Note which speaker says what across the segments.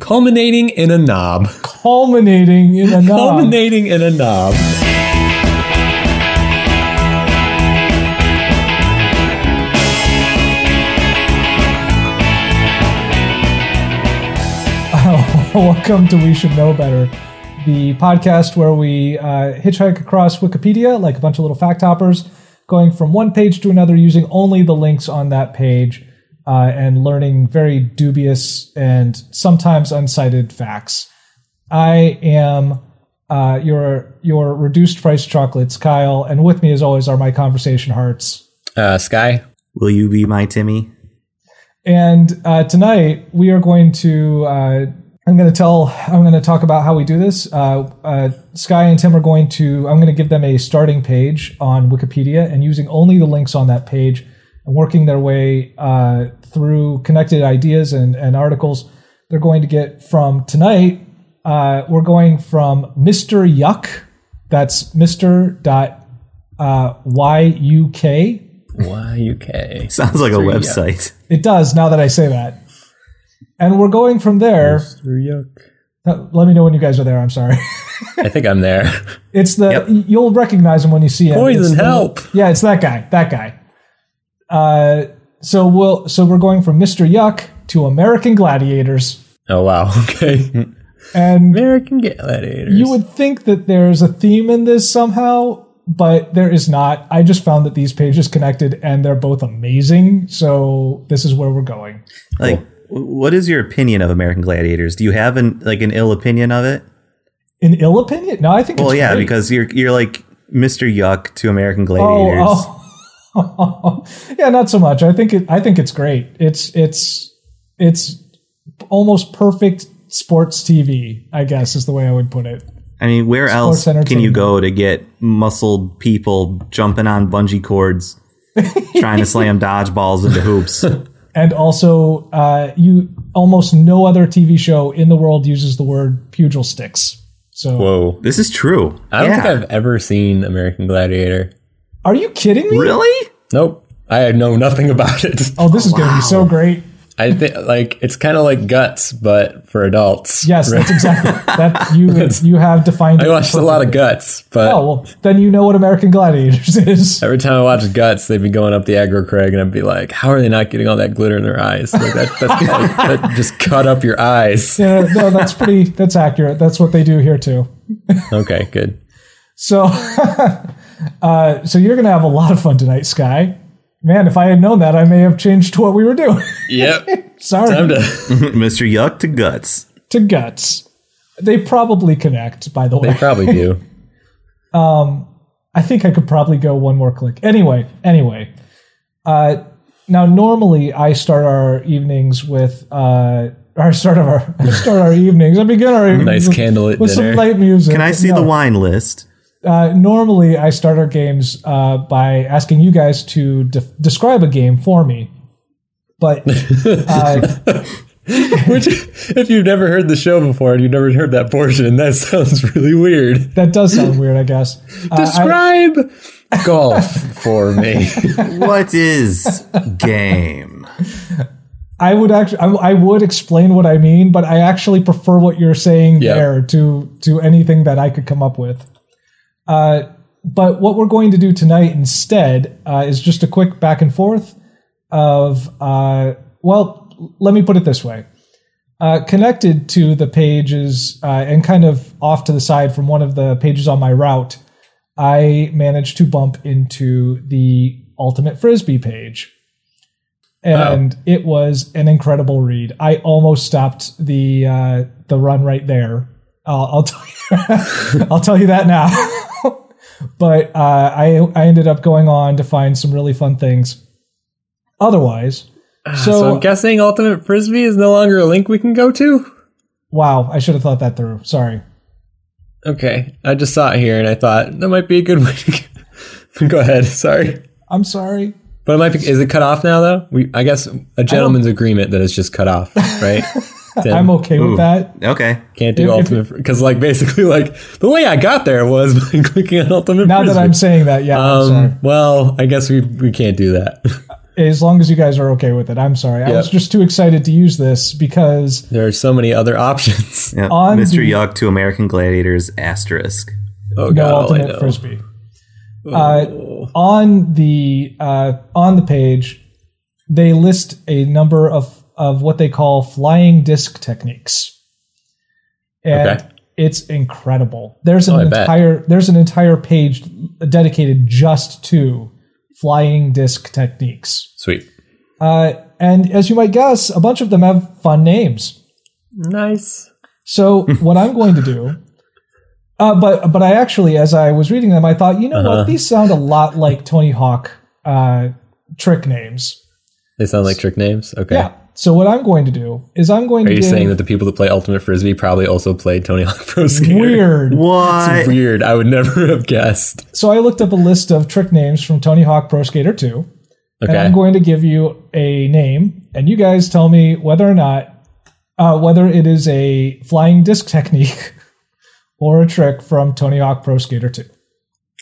Speaker 1: culminating in a knob.
Speaker 2: Culminating in a knob.
Speaker 1: Culminating in a knob.
Speaker 2: Welcome to We Should Know Better, the podcast where we uh, hitchhike across Wikipedia like a bunch of little fact hoppers, going from one page to another using only the links on that page uh, and learning very dubious and sometimes unsighted facts. I am uh, your your reduced price chocolates, Kyle, and with me as always are my conversation hearts.
Speaker 1: Uh, Sky.
Speaker 3: Will you be my Timmy?
Speaker 2: And uh, tonight we are going to. Uh, I'm going to tell. I'm going to talk about how we do this. Uh, uh, Sky and Tim are going to. I'm going to give them a starting page on Wikipedia and using only the links on that page and working their way uh, through connected ideas and, and articles. They're going to get from tonight. Uh, we're going from Mr. Yuck. That's Mr. Dot. Uh, y U K.
Speaker 1: Y-U-K.
Speaker 3: Sounds like a website.
Speaker 2: It does now that I say that. And we're going from there. Uh, Let me know when you guys are there. I'm sorry.
Speaker 1: I think I'm there.
Speaker 2: It's the you'll recognize him when you see him. It's
Speaker 1: Poison,
Speaker 2: the-
Speaker 1: help.
Speaker 2: Yeah, it's that guy. That guy. Uh, so we'll so we're going from Mr. Yuck to American Gladiators,
Speaker 1: Oh, wow. Okay.
Speaker 2: and
Speaker 1: American Gladiators.
Speaker 2: you would think that there's a theme in this somehow, but there is not. I just found that these pages connected, and they're both amazing. So this is where we're going.
Speaker 3: Like, w- what is your opinion of American Gladiators? Do you have an like an ill opinion of it?
Speaker 2: In ill opinion? No, I think.
Speaker 3: Well,
Speaker 2: it's
Speaker 3: yeah,
Speaker 2: great.
Speaker 3: because you're you're like Mr. Yuck to American Gladiators.
Speaker 1: oh.
Speaker 2: Oh, oh. yeah, not so much. I think it, I think it's great. It's it's it's almost perfect sports TV. I guess is the way I would put it.
Speaker 3: I mean, where
Speaker 2: Sports
Speaker 3: else can you go to get muscled people jumping on bungee cords, trying to slam dodgeballs into hoops?
Speaker 2: And also, uh, you almost no other TV show in the world uses the word pugil sticks. So,
Speaker 1: Whoa.
Speaker 3: This is true.
Speaker 1: I don't
Speaker 3: Yeah.
Speaker 1: think I've ever seen American Gladiator.
Speaker 2: are you kidding me?
Speaker 3: really.
Speaker 1: Nope. I know nothing about it.
Speaker 2: Oh, this is going to be so great.
Speaker 1: I think like it's kind of like Guts, but for adults.
Speaker 2: Yes, that's exactly that. You you have defined.
Speaker 1: I
Speaker 2: it
Speaker 1: watched a lot of
Speaker 2: perfectly.
Speaker 1: Guts, but
Speaker 2: Oh well, then you know what American Gladiators is.
Speaker 1: every time I watch Guts, they'd be going up the aggro Craig, and I'd be like, "How are they not getting all that glitter in their eyes? Like that, that's gonna- that just cut up your eyes."
Speaker 2: Yeah, no, that's pretty. That's accurate. That's what they do here too.
Speaker 1: Okay, good.
Speaker 2: So, uh, so you're gonna have a lot of fun tonight, Sky. Man, if I had known that, I may have changed what we were doing.
Speaker 1: Yep.
Speaker 2: Sorry
Speaker 1: Time to.
Speaker 3: Mr. Yuck to guts.
Speaker 2: to guts. They probably connect, by the
Speaker 1: They
Speaker 2: way.
Speaker 1: probably do.
Speaker 2: I think I could probably go one more click. Anyway, anyway. Uh, now, normally I start our evenings with uh, our start of our start our evenings. I begin our evenings
Speaker 1: Nice
Speaker 2: with-
Speaker 1: candlelit
Speaker 2: with
Speaker 1: dinner.
Speaker 2: some light music.
Speaker 3: Can I see the wine list?
Speaker 2: uh, normally I start our games uh, by asking you guys to de- describe a game for me. But uh,
Speaker 1: Which, if you've never heard the show before and you've never heard that portion, that sounds really weird.
Speaker 2: that does sound weird, I guess. Uh, I-
Speaker 1: Describe golf for me.
Speaker 3: What is game?
Speaker 2: I, would actually, I, I would explain what I mean, but I actually prefer what you're saying
Speaker 1: Yeah.
Speaker 2: there to to anything that I could come up with. Uh, but what we're going to do tonight instead uh, is just a quick back and forth of uh, well, let me put it this way. uh, connected to the pages uh, and kind of off to the side from one of the pages on my route, I managed to bump into the Ultimate Frisbee page.
Speaker 1: Oh.
Speaker 2: And it was an incredible read. I almost stopped the uh, the run right there. I'll, I'll tell you, I'll tell you that now. but uh, I I ended up going on to find some really fun things. Otherwise,
Speaker 1: Ah, So I'm guessing Ultimate Frisbee is no longer a link we can go to?
Speaker 2: Wow, I should have thought that through. Sorry.
Speaker 1: Okay. I just saw it here and I thought that might be a good way to go- go ahead. Sorry.
Speaker 2: I'm sorry.
Speaker 1: But it might be, is it cut off now though? We I guess a gentleman's agreement that it's just cut off, right? Tim,
Speaker 2: I'm okay with that.
Speaker 3: Okay.
Speaker 1: Can't do
Speaker 2: if-
Speaker 1: ultimate because like basically like the way I got there was by clicking on ultimate Um,
Speaker 2: Now that
Speaker 1: Frisbee.
Speaker 2: I'm saying that, yeah, I'm sorry.
Speaker 1: um, well, I guess we we can't do that.
Speaker 2: as long as you guys are okay with it. I'm sorry. I
Speaker 1: Yeah.
Speaker 2: was just too excited to use this because
Speaker 1: There are so many other options.
Speaker 3: Yeah,
Speaker 2: On
Speaker 3: Mr.
Speaker 2: the-
Speaker 3: Yuck to American Gladiators asterisk.
Speaker 1: Oh
Speaker 2: no
Speaker 1: god, all I
Speaker 2: ultimate
Speaker 1: know.
Speaker 2: frisbee. Uh, on the uh, on the page, they list a number of of what they call flying disc techniques, and
Speaker 1: Okay.
Speaker 2: it's incredible. There's an
Speaker 1: Oh, I bet.
Speaker 2: entire there's an entire page dedicated just to flying disc techniques,
Speaker 1: Sweet.
Speaker 2: uh, and as you might guess, a bunch of them have fun names.
Speaker 1: Nice.
Speaker 2: So what I'm going to do, uh, but but I actually, as I was reading them, I thought, you know
Speaker 1: Uh-huh.
Speaker 2: what, these sound a lot like Tony Hawk uh, trick names.
Speaker 1: They sound like trick names. Okay.
Speaker 2: Yeah. So what I'm going to do is I'm going
Speaker 1: Are
Speaker 2: to
Speaker 1: you
Speaker 2: give
Speaker 1: saying that the people that play Ultimate Frisbee probably also played Tony Hawk Pro Skater?
Speaker 2: weird.
Speaker 3: What?
Speaker 1: It's weird. I would never have guessed.
Speaker 2: So I looked up a list of trick names from Tony Hawk Pro Skater 2, and
Speaker 1: Okay.
Speaker 2: I'm going to give you a name, and you guys tell me whether or not uh, whether it is a flying disc technique or a trick from Tony Hawk Pro Skater 2.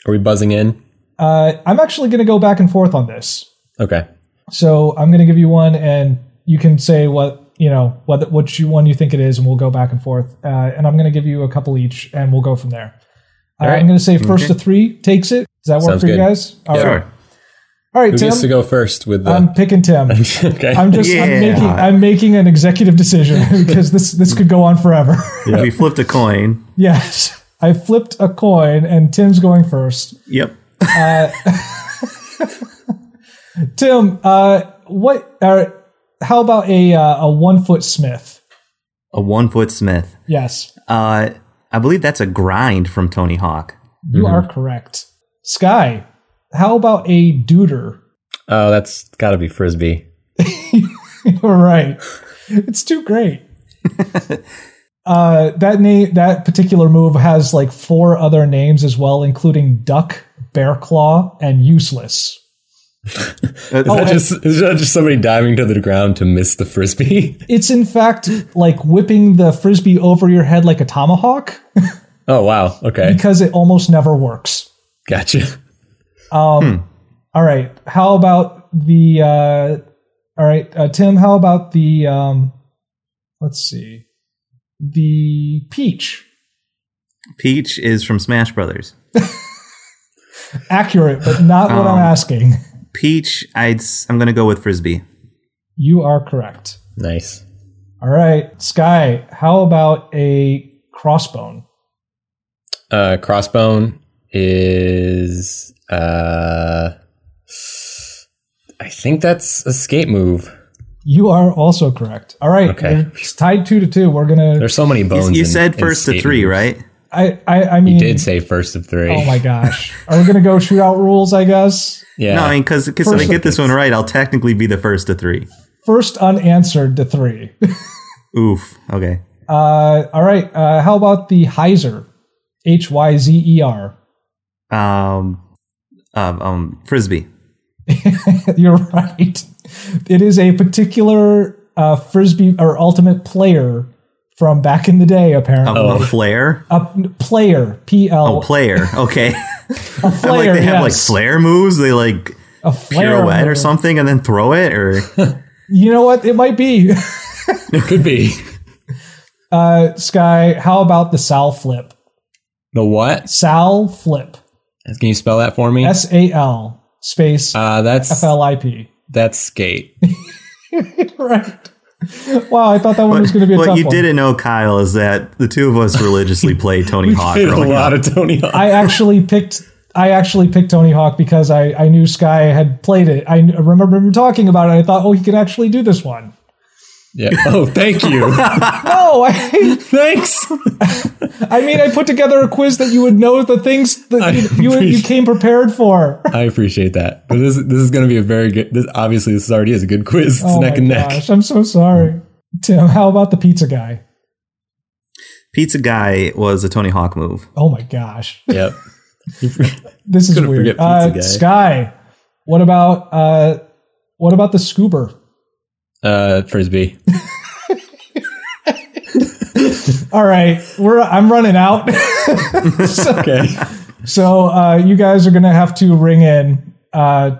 Speaker 1: Are we buzzing in?
Speaker 2: Uh, I'm actually going to go back and forth on this.
Speaker 1: Okay.
Speaker 2: So I'm going to give you one, and you can say what you know, what which one you think it is, and we'll go back and forth. Uh, and I'm going to give you a couple each, and we'll go from there. Uh,
Speaker 1: All right.
Speaker 2: I'm going to say first to
Speaker 3: Okay.
Speaker 2: three takes it. Does that work
Speaker 1: Sounds
Speaker 2: for you
Speaker 1: good.
Speaker 2: guys? All right,
Speaker 3: Sure.
Speaker 2: all right,
Speaker 1: Who gets to
Speaker 2: Tim.
Speaker 1: go first with the?
Speaker 2: I'm picking Tim.
Speaker 1: okay.
Speaker 2: I'm just
Speaker 3: Yeah.
Speaker 2: I'm making I'm making an executive decision because this this could go on forever.
Speaker 3: We flipped a coin.
Speaker 2: yes, I flipped a coin, and Tim's going first.
Speaker 3: Yep.
Speaker 2: Uh, Tim, uh, what? Uh, how about a uh, a one foot smith?
Speaker 3: A one foot Smith.
Speaker 2: Yes.
Speaker 3: Uh, I believe that's a grind from Tony Hawk.
Speaker 2: You are correct. Sky, how about a duder?
Speaker 1: oh, that's got to be Frisbee.
Speaker 2: All right. It's too great. uh, that name, that particular move has like four other names as well, including duck, bear claw, and useless.
Speaker 3: Uh,
Speaker 1: Is, that just, is that just somebody diving to the ground to miss the Frisbee?
Speaker 2: It's in fact like whipping the frisbee over your head like a tomahawk
Speaker 1: oh, wow. Okay.
Speaker 2: because it almost never works.
Speaker 1: Gotcha.
Speaker 2: Um,
Speaker 1: Hmm.
Speaker 2: All right. How about the? Uh, all right, uh, Tim. How about the? Um, let's see. The peach.
Speaker 3: Peach is from Smash Brothers.
Speaker 2: Accurate, but not what I'm
Speaker 3: Um.
Speaker 2: asking.
Speaker 3: Peach, I'd, s- I'm going to go with Frisbee.
Speaker 2: You are correct.
Speaker 1: Nice.
Speaker 2: All right, Sky. How about a crossbone?
Speaker 1: Uh, crossbone is. Uh, I think that's a skate move.
Speaker 2: You are also correct. All right,
Speaker 1: Okay.
Speaker 2: we're- it's tied two to two. We're gonna.
Speaker 1: There's so many bones.
Speaker 3: You, you
Speaker 1: in-
Speaker 3: said
Speaker 1: in
Speaker 3: first to
Speaker 1: skate
Speaker 3: three,
Speaker 1: moves.
Speaker 3: right?
Speaker 2: I. I. I mean.
Speaker 1: You did say first of three.
Speaker 2: Oh my gosh. Are we gonna go shootout rules? I guess.
Speaker 1: Yeah.
Speaker 3: No, I mean, because if
Speaker 2: First
Speaker 3: I get
Speaker 2: to-
Speaker 3: this one right, I'll technically be the first to three.
Speaker 2: First unanswered to three.
Speaker 3: Oof. Okay.
Speaker 2: Uh, all right. Uh, how about the Heiser? H Y Z E R.
Speaker 3: Um, um, um, Frisbee.
Speaker 2: You're right. It is a particular uh, frisbee or ultimate player from back in the day,
Speaker 3: A,
Speaker 2: apparently.
Speaker 3: Um,
Speaker 1: Oh.
Speaker 3: a flare?
Speaker 2: A n- player, P L.
Speaker 3: Oh, player. Okay.
Speaker 2: a
Speaker 3: I'm like
Speaker 2: flare.
Speaker 3: they have like
Speaker 2: yes.
Speaker 3: flare moves. They like
Speaker 2: a flare
Speaker 3: pirouette or
Speaker 2: move.
Speaker 3: something and then throw it or
Speaker 2: You know what? It might be.
Speaker 1: Could be.
Speaker 2: Uh, Sky, how about the Sal flip?
Speaker 1: The what?
Speaker 2: Sal flip.
Speaker 1: Can you spell that for me?
Speaker 2: S A L space
Speaker 1: uh, that's
Speaker 2: F L I P.
Speaker 1: that's skate.
Speaker 2: Right. Wow, I thought that one was going to be a
Speaker 3: what
Speaker 2: tough
Speaker 3: you
Speaker 2: one.
Speaker 3: didn't know kyle is that the two of us religiously play tony hawk
Speaker 1: There's a
Speaker 3: growing
Speaker 1: lot
Speaker 3: up.
Speaker 1: of Tony Hawk.
Speaker 2: I actually picked I actually picked Tony Hawk because I, I knew Sky had played it. I kn- I remember him talking about it. I thought, oh, he can actually do this one.
Speaker 1: yeah. Oh, thank you.
Speaker 2: No, I,
Speaker 1: Thanks.
Speaker 2: I mean, I put together a quiz that you would know the things
Speaker 1: I
Speaker 2: that you, you, you
Speaker 1: appreciate-
Speaker 2: came prepared for.
Speaker 1: I appreciate that. But this this is going to be a very good. This obviously this already is a good quiz. It's
Speaker 2: Oh
Speaker 1: neck
Speaker 2: my
Speaker 1: and neck.
Speaker 2: gosh, I'm so sorry. Tim, how about the pizza guy?
Speaker 3: pizza guy was a tony hawk move
Speaker 2: Oh my gosh.
Speaker 1: Yep.
Speaker 2: This is
Speaker 1: Couldn't
Speaker 2: weird.
Speaker 1: forget pizza
Speaker 2: uh,
Speaker 1: guy.
Speaker 2: Sky, what about uh, what about the scuba?
Speaker 1: Uh, frisbee.
Speaker 2: All right, we're I'm running out. So-
Speaker 1: Okay.
Speaker 2: So uh, you guys are gonna have to ring in uh,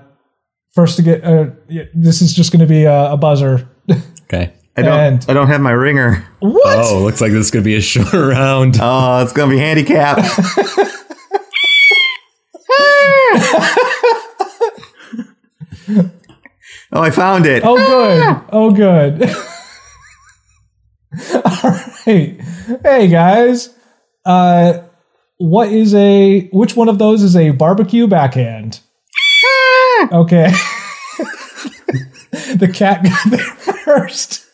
Speaker 2: First to get uh, yeah, this is just going to be a, a buzzer.
Speaker 4: Okay.
Speaker 3: I don't.
Speaker 2: And-
Speaker 3: I don't have my ringer.
Speaker 2: What?
Speaker 4: Oh, looks like this is gonna be a short round.
Speaker 3: Oh, it's gonna be handicap. oh, I found it.
Speaker 2: Oh, good. Oh, good. All right. Hey, guys. Uh, what is a, which one of those is a barbecue backhand? okay. the cat got there first.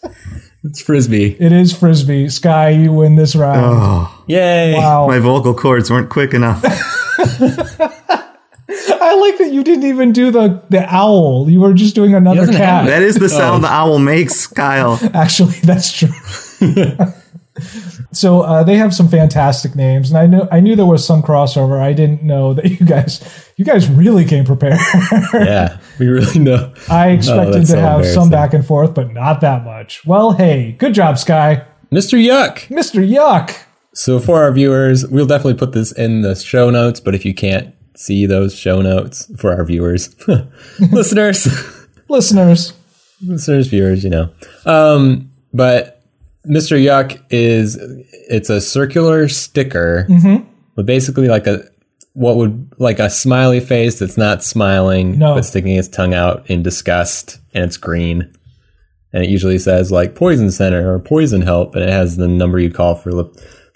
Speaker 4: It's frisbee.
Speaker 2: It is Frisbee. Sky, you win this round.
Speaker 3: Oh,
Speaker 4: Yay!
Speaker 2: wow.
Speaker 3: my vocal cords weren't quick enough.
Speaker 2: I like that you didn't even do the, the owl. You were just doing another
Speaker 1: doesn't have
Speaker 2: cat.
Speaker 3: That is the sound the owl makes, Kyle.
Speaker 2: Actually, that's true. so uh, they have some fantastic names, and I know I knew there was some crossover. I didn't know that you guys you guys really came prepared.
Speaker 1: Yeah, we really know.
Speaker 2: I expected to
Speaker 1: that's so
Speaker 2: have some
Speaker 1: embarrassing.
Speaker 2: back and forth, but not that much. Well, hey, good job, Sky,
Speaker 1: Mr. Yuck.
Speaker 2: Mister Yuck.
Speaker 1: So for our viewers, we'll definitely put this in the show notes, but if you can't see those show notes for our viewers, listeners,
Speaker 2: Listeners,
Speaker 1: listeners, viewers, you know. Um, but Mr. Yuck is it's a circular sticker
Speaker 2: Mm-hmm.
Speaker 1: with basically like a what would like a smiley face that's not smiling
Speaker 2: No.
Speaker 1: but sticking its tongue out in disgust and it's green. And it usually says like poison center or poison help, and it has the number you call for the,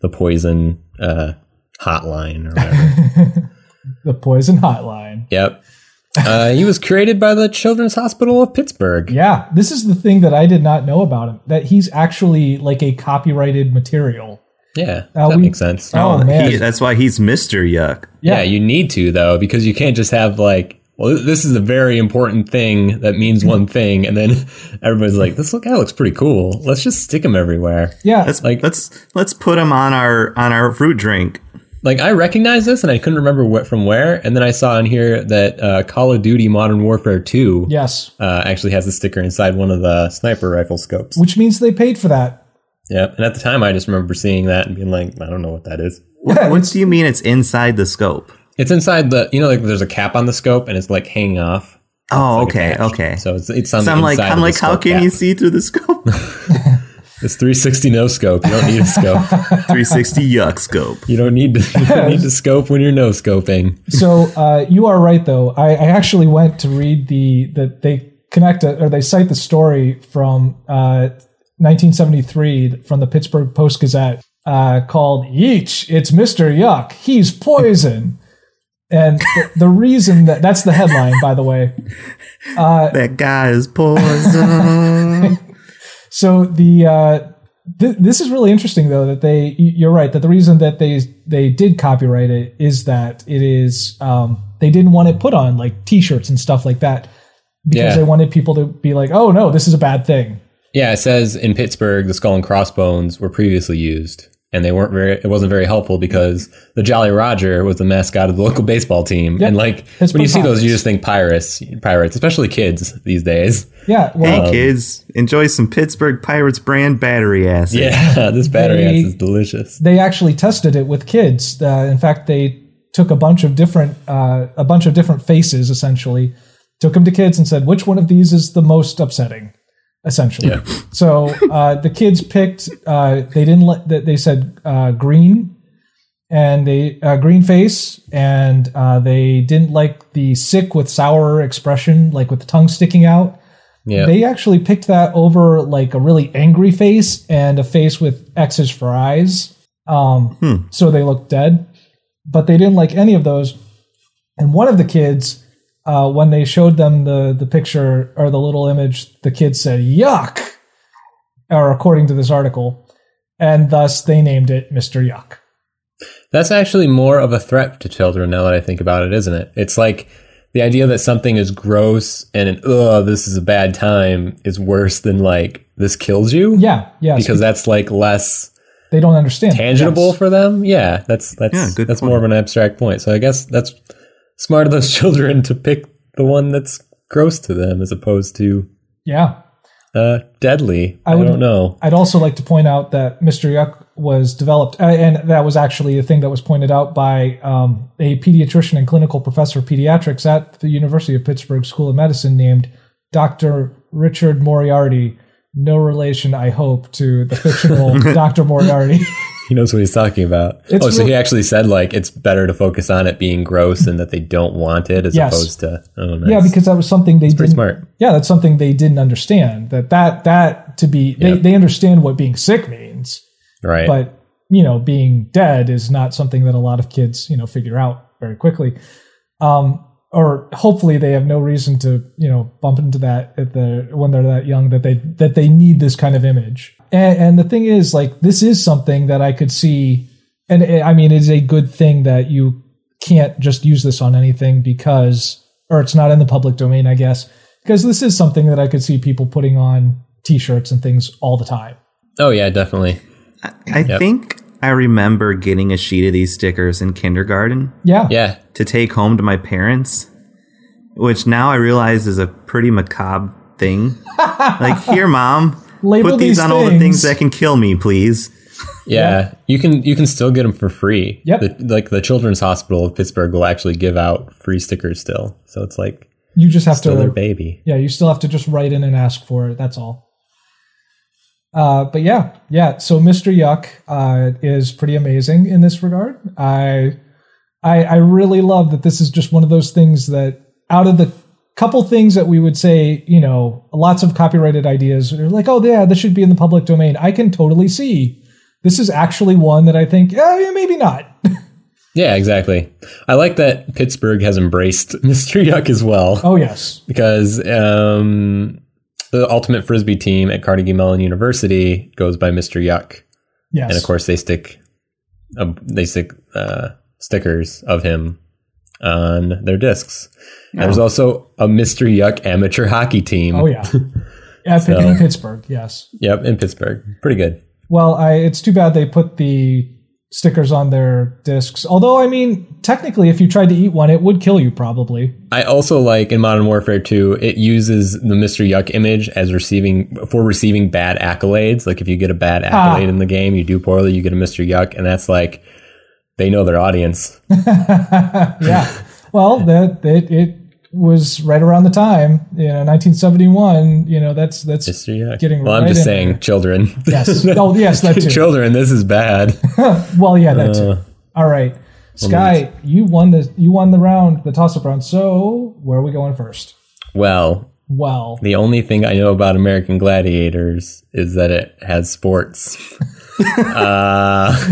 Speaker 1: the poison uh, hotline or whatever.
Speaker 2: the poison hotline.
Speaker 1: yep. Uh, he was created by the Children's Hospital of Pittsburgh.
Speaker 2: Yeah, this is the thing that I did not know about him. That he's actually like a copyrighted material.
Speaker 1: Yeah,
Speaker 2: Uh,
Speaker 1: that
Speaker 2: we-
Speaker 1: makes sense.
Speaker 2: Oh, man.
Speaker 3: He- that's why he's Mister Yuck.
Speaker 1: Yeah. you need to though, because you can't just have like, well, this is a very important thing that means one thing, and then everybody's like, this look- guy looks pretty cool. Let's just stick him everywhere.
Speaker 2: Yeah,
Speaker 3: Let's
Speaker 1: Like-
Speaker 3: let's let's put him on our on our fruit drink.
Speaker 1: Like I recognize this, and I couldn't remember what from where, and then I saw in here that uh, Call of Duty Modern Warfare Two
Speaker 2: yes.
Speaker 1: uh, actually has a sticker inside one of the sniper rifle scopes.
Speaker 2: Which means they paid for that.
Speaker 1: Yep. And at the time, I just remember seeing that and being like, I don't know what that is.
Speaker 2: Yeah,
Speaker 3: What do you mean it's inside the scope?
Speaker 1: It's inside the, you know, like there's a cap on the scope, and it's like hanging off.
Speaker 3: Oh, okay, okay. So,
Speaker 1: So it's it's on the
Speaker 3: I'm like
Speaker 1: inside of
Speaker 3: I'm
Speaker 1: the
Speaker 3: like, how
Speaker 1: scope
Speaker 3: can
Speaker 1: cap.
Speaker 3: you see through the scope?
Speaker 1: It's 360 no scope. You don't need a scope.
Speaker 3: 360 Yuck scope.
Speaker 1: You don't need to, you don't need to scope when you're no scoping.
Speaker 2: so uh, you are right though I, I actually went to read the that they connect a, or they cite the story from uh, 1973 from the pittsburgh post gazette uh, called yeech it's mr yuck he's poison and the, the reason that that's the headline by the way
Speaker 3: That guy is poison.
Speaker 2: So the uh, th- this is really interesting though that they y- you're right that the reason that they they did copyright it is that it is um, they didn't want it put on like t-shirts and stuff like that because
Speaker 1: Yeah.
Speaker 2: they wanted people to be like oh no this is a bad thing
Speaker 1: Yeah, it says in Pittsburgh the skull and crossbones were previously used, and they weren't very. It wasn't very helpful because the Jolly Roger was the mascot of the local baseball team, and like when
Speaker 2: Pittsburgh
Speaker 1: you see those, you
Speaker 2: Pirates.
Speaker 1: just think pirates, pirates, especially kids these days.
Speaker 2: yeah well
Speaker 1: Um,
Speaker 3: hey kids, enjoy some Pittsburgh Pirates brand battery acid.
Speaker 1: Yeah, this battery
Speaker 2: They-
Speaker 1: ass is delicious.
Speaker 2: they actually tested it with kids uh, in fact they took a bunch of different uh, a bunch of different faces essentially took them to kids and said which one of these is the most upsetting essentially so uh, the kids picked uh, they didn't let they- they said uh, green and they uh, green face and uh, they didn't like the sick with sour expression like with the tongue sticking out
Speaker 1: Yeah,
Speaker 2: they actually picked that over like a really angry face and a face with x's for eyes um,
Speaker 1: Hmm.
Speaker 2: so they looked dead but they didn't like any of those and one of the kids uh, when they showed them the the picture or the little image the kid said yuck or according to this article and thus they named it mr yuck
Speaker 1: That's actually more of a threat to children now that I think about it, isn't it? It's like the idea that something is gross and an ugh, this is a bad time is worse than like this kills you.
Speaker 2: yeah yeah
Speaker 1: Because that's like less
Speaker 2: they don't understand
Speaker 1: tangible
Speaker 2: Yes.
Speaker 1: for them. Yeah. That's that's
Speaker 3: Yeah, good
Speaker 1: that's
Speaker 3: point.
Speaker 1: more of an abstract point. So I guess that's smart of those children to pick the one that's gross to them as opposed to
Speaker 2: yeah
Speaker 1: uh, deadly. I,
Speaker 2: would-
Speaker 1: don't know.
Speaker 2: I'd also like to point out that Mr. Yuck was developed, uh, and that was actually a thing that was pointed out by um, a pediatrician and clinical professor of pediatrics at the University of Pittsburgh School of Medicine named Dr. Richard Moriarty. No relation, I hope, to the fictional Dr. Moriarty.
Speaker 1: He knows what he's talking about.
Speaker 2: It's
Speaker 1: oh, so
Speaker 2: real-
Speaker 1: he actually said like it's better to focus on it being gross and that they don't want it as
Speaker 2: Yes.
Speaker 1: opposed to oh nice.
Speaker 2: yeah, because that was something they
Speaker 1: pretty
Speaker 2: didn't.
Speaker 1: smart.
Speaker 2: Yeah, that's something they didn't understand. That that that to be they,
Speaker 1: Yep.
Speaker 2: they understand what being sick means.
Speaker 1: Right.
Speaker 2: but you know being dead is not something that a lot of kids you know figure out very quickly um or hopefully they have no reason to you know bump into that at the when they're that young that they that they need this kind of image and, and the thing is like this is something that i could see and eh, i mean it is a good thing that you can't just use this on anything because or it's not in the public domain i guess because this is something that i could see people putting on t-shirts and things all the time
Speaker 1: oh yeah, definitely.
Speaker 3: I think I remember getting a sheet of these stickers in kindergarten
Speaker 2: yeah
Speaker 1: Yeah.
Speaker 3: to take home to my parents, which now I realize is a pretty macabre thing. like, here, mom,
Speaker 2: Label
Speaker 3: put these,
Speaker 2: these
Speaker 3: on all the
Speaker 2: things."
Speaker 3: things that can kill me, please.
Speaker 1: Yeah. You can you can still get them for free.
Speaker 2: Yep.
Speaker 1: The, like the Children's Hospital of Pittsburgh will actually give out free stickers still. So it's like
Speaker 2: you just have
Speaker 1: still
Speaker 2: to
Speaker 1: their baby.
Speaker 2: yeah you still have to just write in and ask for it that's all uh, but yeah yeah so mr yuck uh, is pretty amazing in this regard I, I i really love that this is just one of those things that out of the couple things that we would say you know lots of copyrighted ideas are like oh yeah this should be in the public domain i can totally see this is actually one that i think yeah, yeah maybe not
Speaker 1: Yeah, exactly. I like that Pittsburgh has embraced Mr. Yuck as well.
Speaker 2: oh yes
Speaker 1: because um, the ultimate frisbee team at Carnegie Mellon University goes by Mr. Yuck,
Speaker 2: yes
Speaker 1: and of course they stick um, they stick uh, stickers of him on their discs. And there's also a Mr. Yuck amateur hockey team.
Speaker 2: oh yeah epic in pittsburgh yes
Speaker 1: Yep, in Pittsburgh. Pretty good.
Speaker 2: Well, I, it's too bad they put the stickers on their discs. Although, I mean, technically, if you tried to eat one, it would kill you probably.
Speaker 1: I also like in Modern Warfare 2, it uses the Mr. Yuck image as receiving for receiving bad accolades. Like if you get a
Speaker 2: Ah.
Speaker 1: bad accolade in the game, you do poorly, you get a Mr. Yuck, and that's like they know their audience.
Speaker 2: yeah. Well, that it, it was right around the time, you know, 1971. You know, that's that's
Speaker 1: Mr. Yuck.
Speaker 2: Getting
Speaker 1: well,
Speaker 2: right
Speaker 1: I'm just
Speaker 2: in
Speaker 1: saying, children.
Speaker 2: yes. Oh, yes, that too.
Speaker 1: children, this is bad.
Speaker 2: Well, yeah, that
Speaker 1: Uh,
Speaker 2: too. All right, Sky, you won the you won the round, the toss up round. So where are we going first?
Speaker 1: well,
Speaker 2: Well,
Speaker 1: the only thing I know about American Gladiators is that it has sports.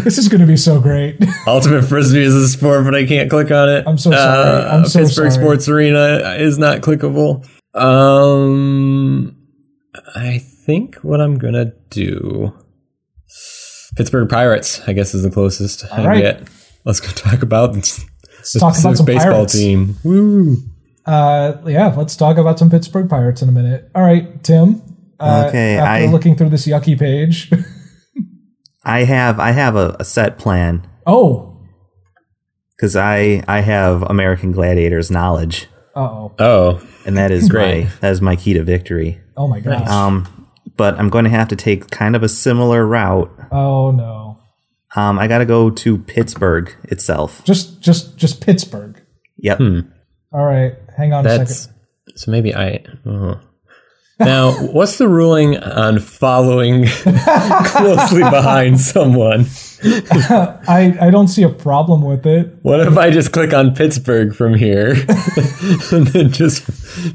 Speaker 2: this is going to be so great.
Speaker 1: Ultimate Frisbee is a sport, but I can't click on it. Uh,
Speaker 2: I'm so sorry. I'm so
Speaker 1: Pittsburgh
Speaker 2: sorry.
Speaker 1: Sports Arena is not clickable. Um, I think what I'm gonna do. Pittsburgh Pirates, I guess, is the closest I
Speaker 2: right.
Speaker 1: get. Let's go talk about this,
Speaker 2: Let's talk about
Speaker 1: this
Speaker 2: some
Speaker 1: baseball
Speaker 2: pirates.
Speaker 1: team. Woo!
Speaker 2: Uh, yeah, let's talk about some Pittsburgh Pirates in a minute. All right, Tim. Uh,
Speaker 3: Okay,
Speaker 2: After
Speaker 3: I-
Speaker 2: looking through this yucky page.
Speaker 3: I have I have a, a set plan
Speaker 2: oh,
Speaker 3: because I I have American Gladiators knowledge,
Speaker 2: uh oh.
Speaker 1: Oh,
Speaker 3: and that is
Speaker 1: Great.
Speaker 3: my that is my key to victory.
Speaker 2: Oh my gosh.
Speaker 3: Um, but I'm going to have to take kind of a similar route.
Speaker 2: oh no.
Speaker 3: Um, I got to go to Pittsburgh itself.
Speaker 2: Just, just, just Pittsburgh.
Speaker 3: Yep.
Speaker 2: All right, hang on a
Speaker 1: That's
Speaker 2: second.
Speaker 1: so maybe I. Oh. Now, what's the ruling on following closely behind someone?
Speaker 2: I, I don't see a problem with it.
Speaker 1: What if I just click on Pittsburgh from here and then just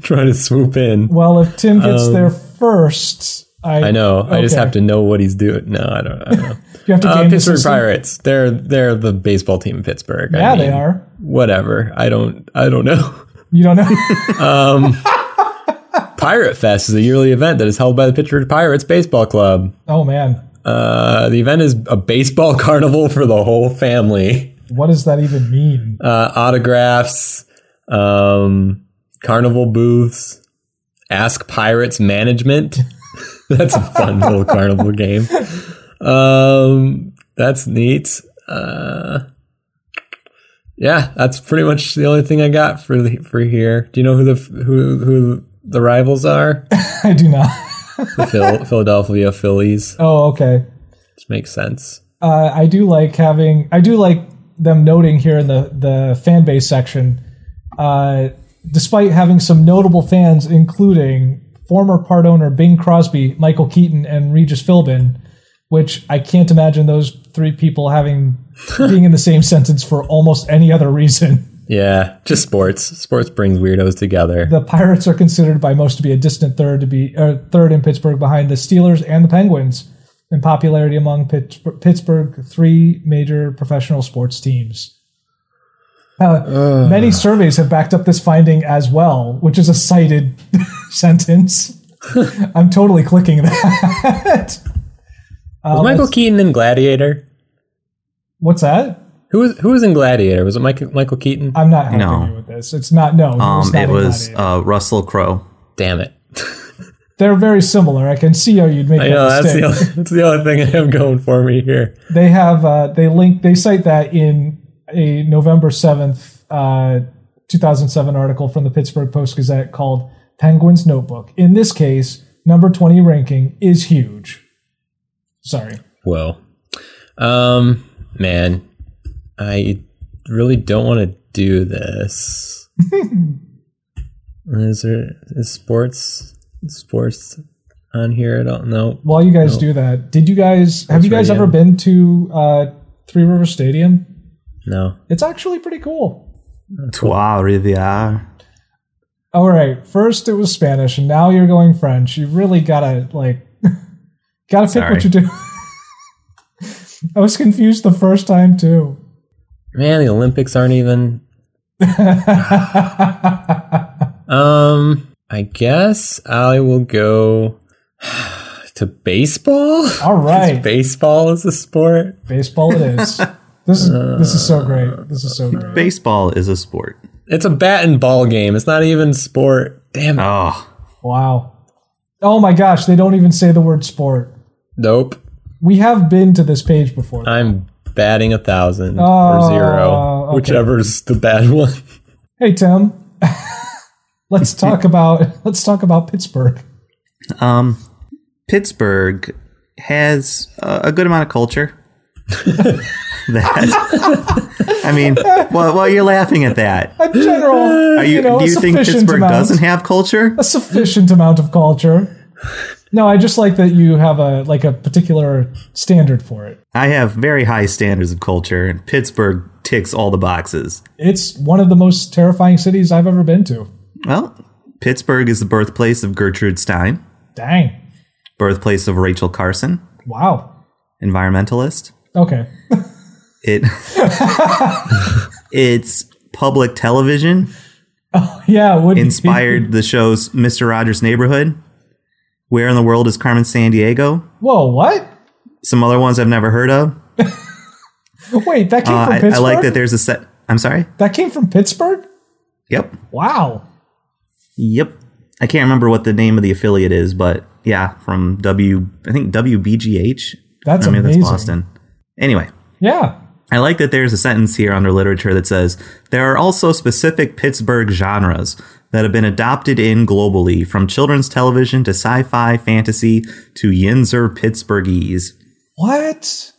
Speaker 1: try to swoop in?
Speaker 2: Well, if Tim gets there first, I,
Speaker 1: Um, I know. I just
Speaker 2: okay.
Speaker 1: have to know what he's doing. No, I don't. I don't know.
Speaker 2: You have to
Speaker 1: Uh,
Speaker 2: game the
Speaker 1: Pittsburgh
Speaker 2: system?
Speaker 1: Pirates. They're they're the baseball team in Pittsburgh. I
Speaker 2: Yeah, they
Speaker 1: mean,
Speaker 2: are.
Speaker 1: Whatever. I don't. I don't know.
Speaker 2: You don't know.
Speaker 1: Pirate Fest is a yearly event that is held by the Pittsburgh Pirates Baseball Club.
Speaker 2: oh man,
Speaker 1: Uh, the event is a baseball carnival for the whole family.
Speaker 2: what does that even mean?
Speaker 1: Uh, autographs, um, carnival booths, ask pirates management. that's a fun little carnival game. Um, that's neat. Uh, yeah, that's pretty much the only thing I got for the, for here. Do you know who the who who the rivals are?
Speaker 2: I do not.
Speaker 1: The Phil- Philadelphia Phillies.
Speaker 2: Oh, okay.
Speaker 1: Which makes sense.
Speaker 2: uh, I do like having I do like them noting here in the the fan base section. Uh, despite having some notable fans, including former part owner Bing Crosby, Michael Keaton, and Regis Philbin, which I can't imagine those three people having being in the same sentence for almost any other reason.
Speaker 1: Yeah, just sports. Sports brings weirdos together.
Speaker 2: The Pirates are considered by most to be a distant third to be or third in Pittsburgh behind the Steelers and the Penguins in popularity among Pitts- Pittsburgh three major professional sports teams. Uh, many surveys have backed up this finding as well, which is a cited sentence. I'm totally clicking that.
Speaker 1: was Michael Keaton in Gladiator?
Speaker 2: What's that?
Speaker 1: Who was who was in Gladiator? Was it Michael, Michael Keaton?
Speaker 2: I'm not helping
Speaker 3: No.
Speaker 2: you with this. It's not no. it's
Speaker 3: Um,
Speaker 2: not
Speaker 3: it
Speaker 2: a
Speaker 3: was
Speaker 2: gladiator.
Speaker 3: uh, Russell Crowe.
Speaker 1: Damn it!
Speaker 2: They're very similar. I can see how you'd make.
Speaker 1: I
Speaker 2: that
Speaker 1: know that's
Speaker 2: mistake.
Speaker 1: the only, that's the only thing I have going for me here.
Speaker 2: they have uh, they link they cite that in a November seventh, uh, two thousand seven article from the Pittsburgh Post Gazette called "Penguins Notebook." In this case, number twenty ranking is huge. Sorry,
Speaker 1: Whoa, um, man, I really don't want to do this. is there is sports sports on here? I don't know.
Speaker 2: while you guys do that, did you guys have you guys
Speaker 1: right,
Speaker 2: ever
Speaker 1: yeah.
Speaker 2: been to uh, Three River Stadium?
Speaker 1: No,
Speaker 2: It's actually pretty cool.
Speaker 3: Trois Rivières.
Speaker 2: All right. First it was Spanish, and now you're going French. You really gotta like, gotta pick
Speaker 3: Sorry.
Speaker 2: what you do. I was confused the first time too.
Speaker 1: man, the Olympics aren't even Um, I guess I will go to baseball.
Speaker 2: All right,
Speaker 1: baseball is a sport.
Speaker 2: baseball it is. This is this is so great. This is so great.
Speaker 3: Baseball is a sport.
Speaker 1: It's a bat and ball game. It's not even sport. Damn it.
Speaker 3: Oh,
Speaker 2: Wow. Oh my gosh, they don't even say the word sport.
Speaker 1: Nope.
Speaker 2: We have been to this page before.
Speaker 1: I'm batting a thousand
Speaker 2: Oh,
Speaker 1: or zero,
Speaker 2: okay.
Speaker 1: whichever's the bad one.
Speaker 2: Hey Tim, let's talk about let's talk about Pittsburgh.
Speaker 3: um, Pittsburgh has uh, a good amount of culture. that, I mean, while, while you're laughing at that,
Speaker 2: A general,
Speaker 3: are you,
Speaker 2: know,
Speaker 3: do
Speaker 2: a
Speaker 3: you think
Speaker 2: sufficient
Speaker 3: Pittsburgh
Speaker 2: amount.
Speaker 3: doesn't have culture?
Speaker 2: a sufficient amount of culture. No, I just like that you have a like a particular standard for it.
Speaker 3: I have very high standards of culture, and Pittsburgh ticks all the boxes.
Speaker 2: It's one of the most terrifying cities I've ever been to.
Speaker 3: Well, Pittsburgh is the birthplace of Gertrude Stein,
Speaker 2: Dang.
Speaker 3: birthplace of Rachel Carson,
Speaker 2: Wow.
Speaker 3: environmentalist.
Speaker 2: Okay.
Speaker 3: It it's public television
Speaker 2: Yeah, it would be.
Speaker 3: inspired the shows Mr. Rogers' Neighborhood, Where in the World is Carmen San Diego,
Speaker 2: Whoa, what?
Speaker 3: some other ones I've never heard of.
Speaker 2: Wait, that came
Speaker 3: Uh,
Speaker 2: from
Speaker 3: I,
Speaker 2: Pittsburgh.
Speaker 3: I like that there's a set. I'm sorry.
Speaker 2: that came from Pittsburgh.
Speaker 3: Yep.
Speaker 2: Wow.
Speaker 3: Yep. I can't remember what the name of the affiliate is, but yeah, from W. I think WBGH.
Speaker 2: That's
Speaker 3: I mean,
Speaker 2: amazing.
Speaker 3: that's Boston. Anyway,
Speaker 2: Yeah.
Speaker 3: I like that there's a sentence here under literature that says there are also specific Pittsburgh genres that have been adopted in globally, from children's television to sci-fi, fantasy to Yinzer Pittsburghese.
Speaker 2: What?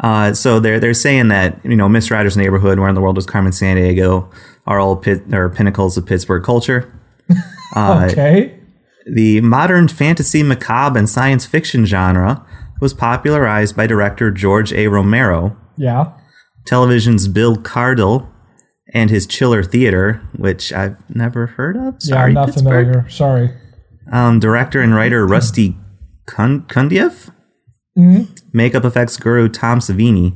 Speaker 3: Uh, so they're they're saying that you know Miss Rogers' Neighborhood, Where in the World is Carmen San Diego, are all pit, are pinnacles of Pittsburgh culture. Uh,
Speaker 2: Okay.
Speaker 3: The modern fantasy, macabre, and science fiction genre was popularized by director George A. Romero,
Speaker 2: Yeah.
Speaker 3: television's Bill Cardle, and his Chiller Theater, which I've never heard of.
Speaker 2: Yeah,
Speaker 3: Sorry,
Speaker 2: I'm not
Speaker 3: Pittsburgh.
Speaker 2: familiar. Mm-hmm. Sorry.
Speaker 3: Um, director and writer Rusty Kun- Kundiev,
Speaker 2: Mm-hmm.
Speaker 3: makeup effects guru Tom Savini.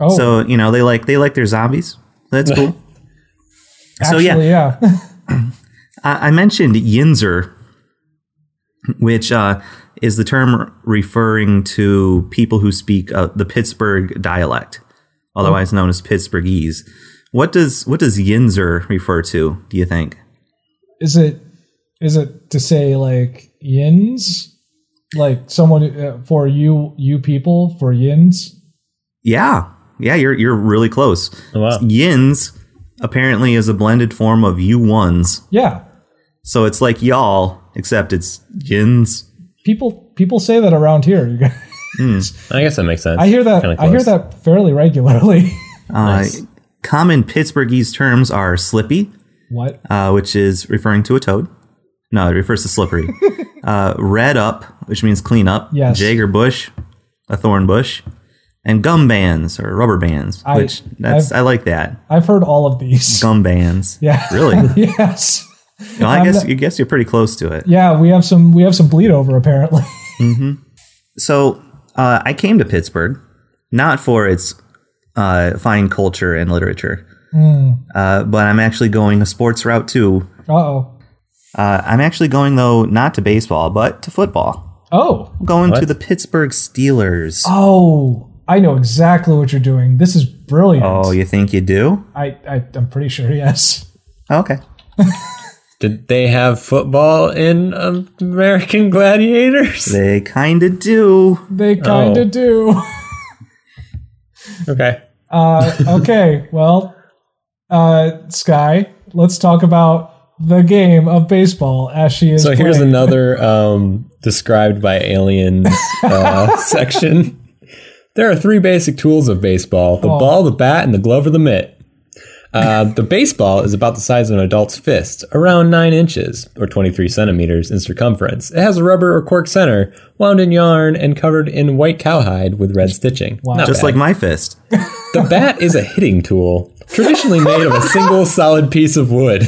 Speaker 2: Oh,
Speaker 3: So you know they like they like their zombies. That's cool. so
Speaker 2: actually,
Speaker 3: yeah.
Speaker 2: yeah.
Speaker 3: I I mentioned yinzer, which uh, is the term referring to people who speak uh, the Pittsburgh dialect, otherwise known as Pittsburghese. What does what does yinzer refer to? Do you think?
Speaker 2: is it is it to say like yins, like someone uh, for you you people for yins?
Speaker 3: Yeah, yeah, you're you're really close.
Speaker 1: Wow.
Speaker 3: Yins apparently is a blended form of you ones,
Speaker 2: Yeah.
Speaker 3: so it's like y'all except it's yins.
Speaker 2: people people say that around here. You guys.
Speaker 1: I guess that makes sense.
Speaker 2: I hear that.
Speaker 1: Kinda
Speaker 2: I hear
Speaker 1: close.
Speaker 2: that fairly regularly.
Speaker 3: Uh, common Pittsburghese terms are slippy,
Speaker 2: what?
Speaker 3: uh, which is referring to a toad. No, it refers to slippery. uh, red up, which means clean up.
Speaker 2: Yes.
Speaker 3: Jager bush, a thorn bush, and gum bands or rubber bands.
Speaker 2: I-
Speaker 3: which that's i like that
Speaker 2: I've heard all of these.
Speaker 3: gum bands.
Speaker 2: Yeah.
Speaker 3: really.
Speaker 2: yes.
Speaker 3: No, I
Speaker 2: I'm
Speaker 3: guess
Speaker 2: not-
Speaker 3: you guess you're pretty close to it.
Speaker 2: Yeah, we have some we have some bleed over apparently.
Speaker 3: So uh, I came to Pittsburgh not for its uh, fine culture and literature,
Speaker 2: Hmm.
Speaker 3: uh, but I'm actually going a sports route too.
Speaker 2: Uh oh.
Speaker 3: Uh, I'm actually going though not to baseball, but to football.
Speaker 2: Oh.
Speaker 3: I'm going to the Pittsburgh Steelers. Oh,
Speaker 2: Oh. I know exactly what you're doing. This is brilliant.
Speaker 1: Oh,
Speaker 3: Oh, you think you do?
Speaker 2: I, I I'm pretty sure. Yes.
Speaker 3: Okay.
Speaker 1: Did they have football in um, American Gladiators?
Speaker 3: They kind of do.
Speaker 2: They kind of
Speaker 1: Oh.
Speaker 2: do.
Speaker 1: Okay.
Speaker 2: Uh, okay. well, uh, Sky, let's talk about the game of baseball as she is.
Speaker 1: So here's
Speaker 2: playing.
Speaker 1: another um, described by aliens uh, section. There are three basic tools of baseball: the ball, the bat, and the glove or the mitt. Uh, the baseball is about the size of an adult's fist, around nine inches or 23 centimeters in circumference. It has a rubber or cork center, wound in yarn, and covered in white cowhide with red stitching. Wow.
Speaker 3: Just like my fist.
Speaker 1: The bat is a hitting tool, traditionally made of a single solid piece of wood.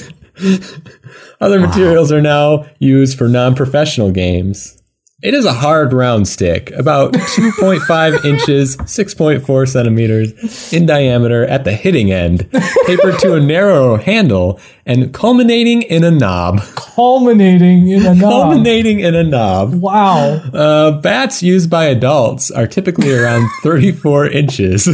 Speaker 1: Other materials are now used for non professional games. It is a hard round stick, about 2.5 inches, 6.4 centimeters in diameter at the hitting end, tapered to a narrow handle and culminating in a knob.
Speaker 2: culminating in a knob.
Speaker 1: Culminating in a knob.
Speaker 2: Wow.
Speaker 1: Uh, bats used by adults are typically around 34 inches,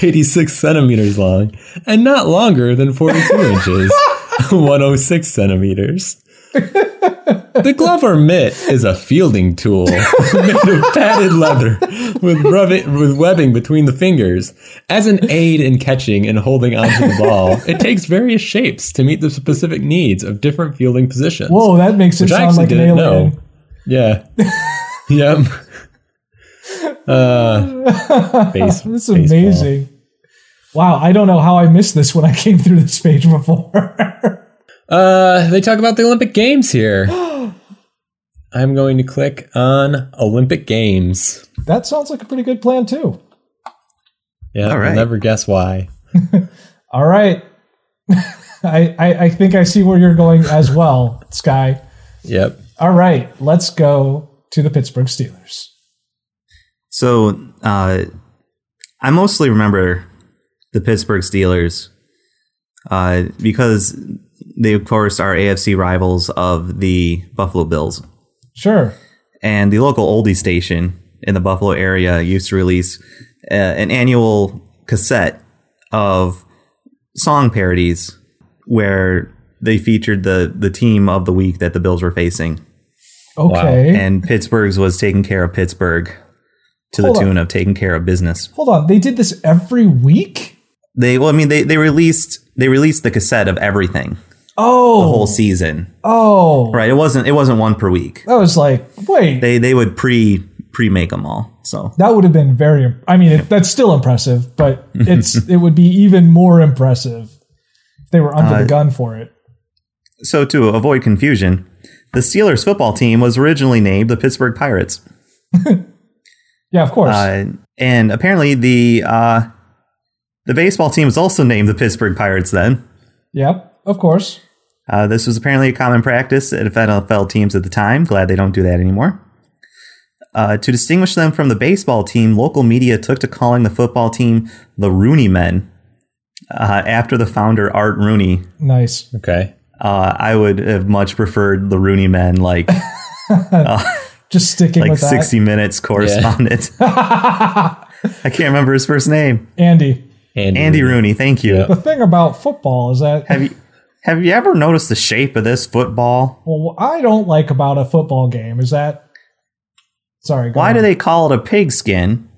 Speaker 1: 86 centimeters long, and not longer than 42 inches, 106 centimeters. The glove or mitt is a fielding tool made of padded leather with, rubbi- with webbing between the fingers. As an aid in catching and holding onto the ball, it takes various shapes to meet the specific needs of different fielding positions.
Speaker 2: Whoa, that makes it
Speaker 1: Which I
Speaker 2: sound
Speaker 1: actually
Speaker 2: like an
Speaker 1: didn't
Speaker 2: alien.
Speaker 1: know. Yeah. yep. Uh, base,
Speaker 2: This is
Speaker 1: baseball.
Speaker 2: amazing. Wow, I don't know how I missed this when I came through this page before.
Speaker 1: Uh, they talk about the Olympic Games here. I'm going to click on Olympic Games.
Speaker 2: that sounds like a pretty good plan too.
Speaker 1: Yeah,
Speaker 3: All
Speaker 1: I'll
Speaker 3: right.
Speaker 1: never guess why.
Speaker 2: All right. I, I I think I see where you're going as well, Sky.
Speaker 1: Yep.
Speaker 2: All right, let's go to the Pittsburgh Steelers.
Speaker 3: So uh, I mostly remember the Pittsburgh Steelers uh, because they, of course, are AFC rivals of the Buffalo Bills.
Speaker 2: Sure.
Speaker 3: And the local oldie station in the Buffalo area used to release uh, an annual cassette of song parodies where they featured the, the team of the week that the Bills were facing.
Speaker 2: Okay.
Speaker 3: And Pittsburgh's was taking care of Pittsburgh to the
Speaker 2: Hold on.
Speaker 3: tune of taking care of business.
Speaker 2: Hold on. They did this every week?
Speaker 3: They well, I mean, they they released they released the cassette of everything the
Speaker 2: Oh.
Speaker 3: whole season,
Speaker 2: Oh.
Speaker 3: right? It wasn't it wasn't one per week.
Speaker 2: That was like, wait.
Speaker 3: They they would pre pre make them all. So
Speaker 2: that would have been very I mean, it, that's still impressive, but it's it would be even more impressive if they were
Speaker 3: Uh,
Speaker 2: under the gun for it.
Speaker 3: so to avoid confusion, the Steelers football team was originally named the Pittsburgh Pirates,
Speaker 2: Yeah, of course.
Speaker 3: uh, and apparently the uh, the baseball team was also named the Pittsburgh Pirates. Then
Speaker 2: yep. Of course.
Speaker 3: uh, this was apparently a common practice at NFL teams at the time. Glad they don't do that anymore. Uh, to distinguish them from the baseball team, local media took to calling the football team the Rooney Men, uh, after the founder Art Rooney.
Speaker 2: Nice.
Speaker 1: Okay.
Speaker 3: Uh, I would have much preferred the Rooney Men, like
Speaker 2: Just sticking
Speaker 3: like
Speaker 2: with that.
Speaker 3: sixty Minutes correspondent. I can't remember his first name.
Speaker 2: Andy.
Speaker 1: Andy.
Speaker 3: Andy Rooney. Thank you.
Speaker 2: The thing about football is that
Speaker 3: Have you have you ever noticed the shape of this football?
Speaker 2: well, what I don't like about a football game is that Sorry, go
Speaker 3: Why
Speaker 2: on.
Speaker 3: do they call it a pigskin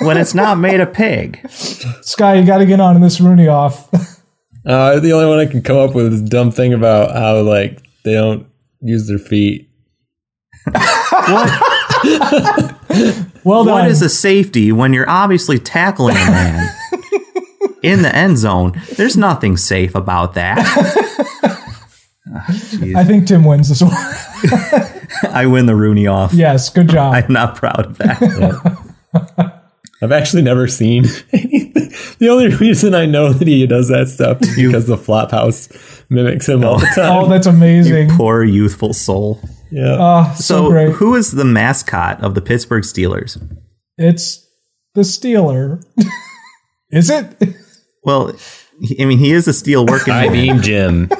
Speaker 3: when it's not made of pig?
Speaker 2: Sky, you got to get on this Rooney off.
Speaker 1: Uh, the only one I can come up with is a dumb thing about how like they don't use their feet.
Speaker 2: Well done.
Speaker 3: What is a safety when you're obviously tackling a man in the end zone? There's nothing safe about that.
Speaker 2: I think Tim wins this one.
Speaker 3: I win the Rooney off.
Speaker 2: yes, good job.
Speaker 3: I'm not proud of that.
Speaker 1: I've actually never seen anything. The only reason I know that he does that stuff is because the Flophouse mimics him all the time.
Speaker 2: oh, that's amazing.
Speaker 3: Um, Poor youthful soul.
Speaker 1: Yeah.
Speaker 2: Ah, so,
Speaker 3: So,
Speaker 2: great.
Speaker 3: who is the mascot of the Pittsburgh Steelers?
Speaker 2: it's the Steeler. is it?
Speaker 3: Well, he- I mean, he is a steel working
Speaker 1: I
Speaker 3: man.
Speaker 1: beam Jim.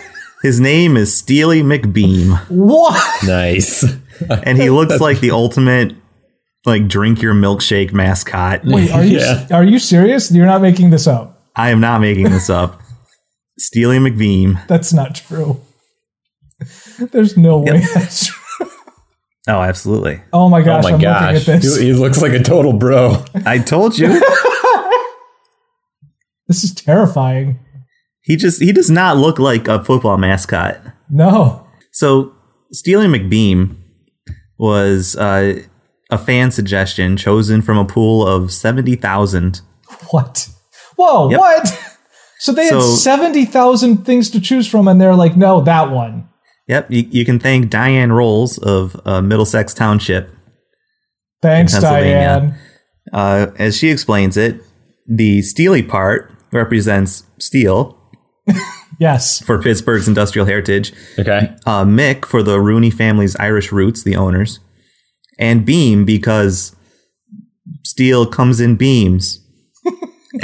Speaker 3: His name is Steely McBeam,
Speaker 2: What?
Speaker 1: Nice. Oh
Speaker 3: and he looks like the ultimate, like drink your milkshake mascot.
Speaker 2: Wait, are you
Speaker 1: Yeah.
Speaker 2: are you serious? You're not making this up.
Speaker 3: I am not making this up. Steely McBeam.
Speaker 2: That's not true. There's no way that's true.
Speaker 3: Oh, absolutely.
Speaker 2: Oh my gosh,
Speaker 1: Oh my
Speaker 2: I'm
Speaker 1: gosh.
Speaker 2: looking at this.
Speaker 1: He, he looks like a total bro.
Speaker 3: I told you.
Speaker 2: This is terrifying.
Speaker 3: He just he does not look like a football mascot.
Speaker 2: No.
Speaker 3: So Steely McBeam was uh, a fan suggestion chosen from a pool of seventy thousand.
Speaker 2: What? Whoa,
Speaker 3: Yep.
Speaker 2: what? So they had
Speaker 3: So-
Speaker 2: 70,000 things to choose from, and they're like, no, that one.
Speaker 3: Yep, you, you can thank Diane Rolls of uh, Middlesex Township.
Speaker 2: Thanks,
Speaker 3: In Pennsylvania.
Speaker 2: Diane.
Speaker 3: Uh, as she explains it, the steely part represents steel
Speaker 2: Yes.
Speaker 3: for Pittsburgh's industrial heritage,
Speaker 1: Okay.
Speaker 3: uh, Mick for the Rooney family's Irish roots, the owners, and Beam because steel comes in beams.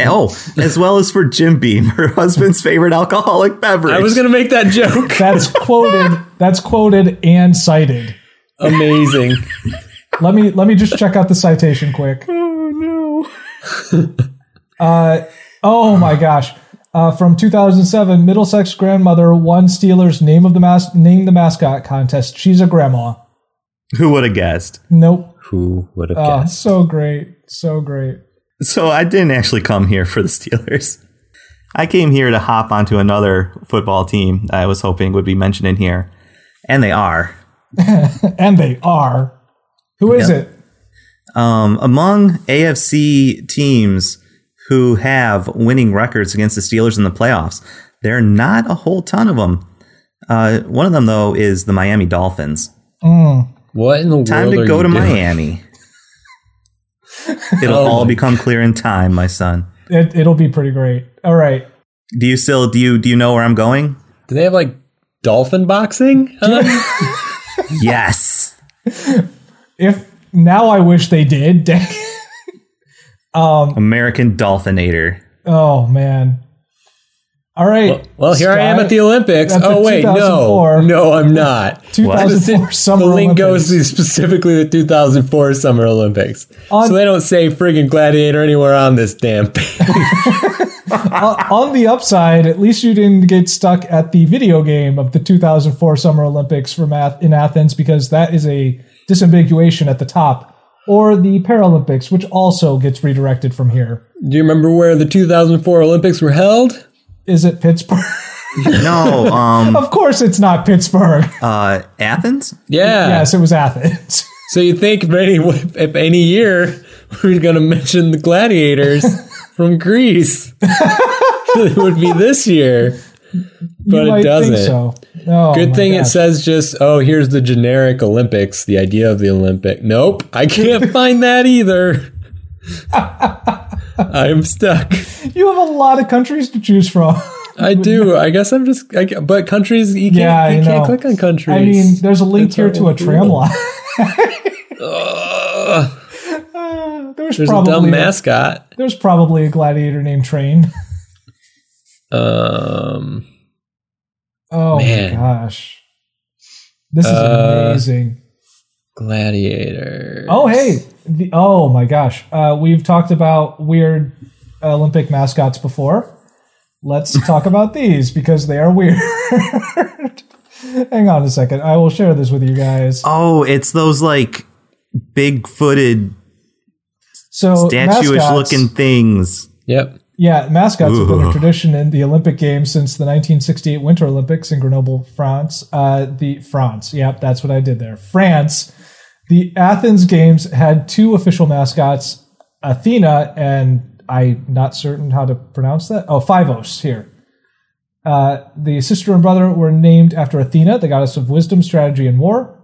Speaker 3: oh, as well as for Jim Beam, her husband's favorite alcoholic beverage.
Speaker 1: I was going to make that joke.
Speaker 2: That's quoted. That's quoted and cited.
Speaker 1: Amazing.
Speaker 2: Let me let me just check out the citation quick. Uh, oh my gosh. Uh, from 2007, Middlesex grandmother won Steelers name of the mas- name the mascot contest. She's a grandma.
Speaker 3: Who would have guessed?
Speaker 2: Nope.
Speaker 1: Who would have
Speaker 2: Uh,
Speaker 1: guessed?
Speaker 2: so great, so great.
Speaker 3: So I didn't actually come here for the Steelers. I came here to hop onto another football team I was hoping would be mentioned in here, and they are.
Speaker 2: And they are. Who is
Speaker 3: Yep.
Speaker 2: it?
Speaker 3: Um, among AFC teams who have winning records against the Steelers in the playoffs, there are not a whole ton of them. Uh, one of them, though, is the Miami Dolphins.
Speaker 1: What in the
Speaker 3: Time
Speaker 1: world
Speaker 3: to
Speaker 1: are
Speaker 3: go
Speaker 1: you
Speaker 3: to
Speaker 1: doing?
Speaker 3: Miami. It'll
Speaker 1: Oh
Speaker 3: all
Speaker 1: my
Speaker 3: become clear in time, my son.
Speaker 2: it? It'll be pretty great. All right.
Speaker 3: Do you still do you do you know where I'm going?
Speaker 1: Do they have like dolphin boxing? Huh?
Speaker 3: Yes.
Speaker 2: If now I wish they did. Dang.
Speaker 3: American Dolphinator.
Speaker 2: oh man. All right.
Speaker 1: well, here I am
Speaker 2: Scott.
Speaker 1: at the Olympics.
Speaker 2: That's a
Speaker 1: Oh wait, no,
Speaker 2: 2004.
Speaker 1: no, I'm not. The
Speaker 2: 2004 summer
Speaker 1: link goes
Speaker 2: Olympics.
Speaker 1: to specifically the 2004 Summer Olympics,
Speaker 2: On-
Speaker 1: so they don't say friggin' gladiator anywhere on this damn. page.
Speaker 2: Uh, on the upside, at least you didn't get stuck at the video game of the 2004 Summer Olympics from Ath- in Athens because that is a disambiguation at the top, or the Paralympics, which also gets redirected from here.
Speaker 1: Do you remember where the 2004 Olympics were held?
Speaker 2: Is it Pittsburgh?
Speaker 3: No, um,
Speaker 2: of course, it's not Pittsburgh.
Speaker 3: uh, Athens.
Speaker 1: Yeah.
Speaker 2: yes, it was Athens.
Speaker 1: So you think if any if any year we're gonna mention the gladiators from Greece? it would be this year, but
Speaker 2: You might
Speaker 1: it doesn't.
Speaker 2: Think so. Oh,
Speaker 1: Good
Speaker 2: my
Speaker 1: thing it
Speaker 2: gosh.
Speaker 1: says just, oh, here's the generic Olympics, the idea of the Olympic. Nope, I can't find that either. I'm stuck.
Speaker 2: you have a lot of countries to choose from.
Speaker 1: I do. I guess I'm just. I, ca- but countries, you can't,
Speaker 2: Yeah, I
Speaker 1: you
Speaker 2: know.
Speaker 1: can't click on countries.
Speaker 2: I mean, there's a link here to a
Speaker 1: horrible.
Speaker 2: tram line.
Speaker 1: Ugh,
Speaker 2: Uh, there's,
Speaker 1: there's
Speaker 2: probably
Speaker 1: a dumb mascot.
Speaker 2: there's probably a gladiator named Train.
Speaker 1: Um,
Speaker 2: Oh
Speaker 1: Man.
Speaker 2: my gosh. This is
Speaker 1: Uh,
Speaker 2: amazing.
Speaker 1: gladiator.
Speaker 2: Oh hey. The, oh my gosh. Uh, we've talked about weird Olympic mascots before. Let's talk about these because they are weird. Hang on a second. I will share this with you guys.
Speaker 3: Oh, it's those like big-footed,
Speaker 2: So mascots-
Speaker 3: statuish-looking things.
Speaker 1: Yep.
Speaker 2: Yeah, mascots have been a
Speaker 3: Ugh.
Speaker 2: tradition in the Olympic Games since the 1968 Winter Olympics in Grenoble, France. Uh, the France, yep, that's what I did there. France The Athens Games had two official mascots, Athena and I'm not certain how to pronounce that. Oh, Phivos here. Uh, the sister and brother were named after Athena, the goddess of wisdom, strategy, and war.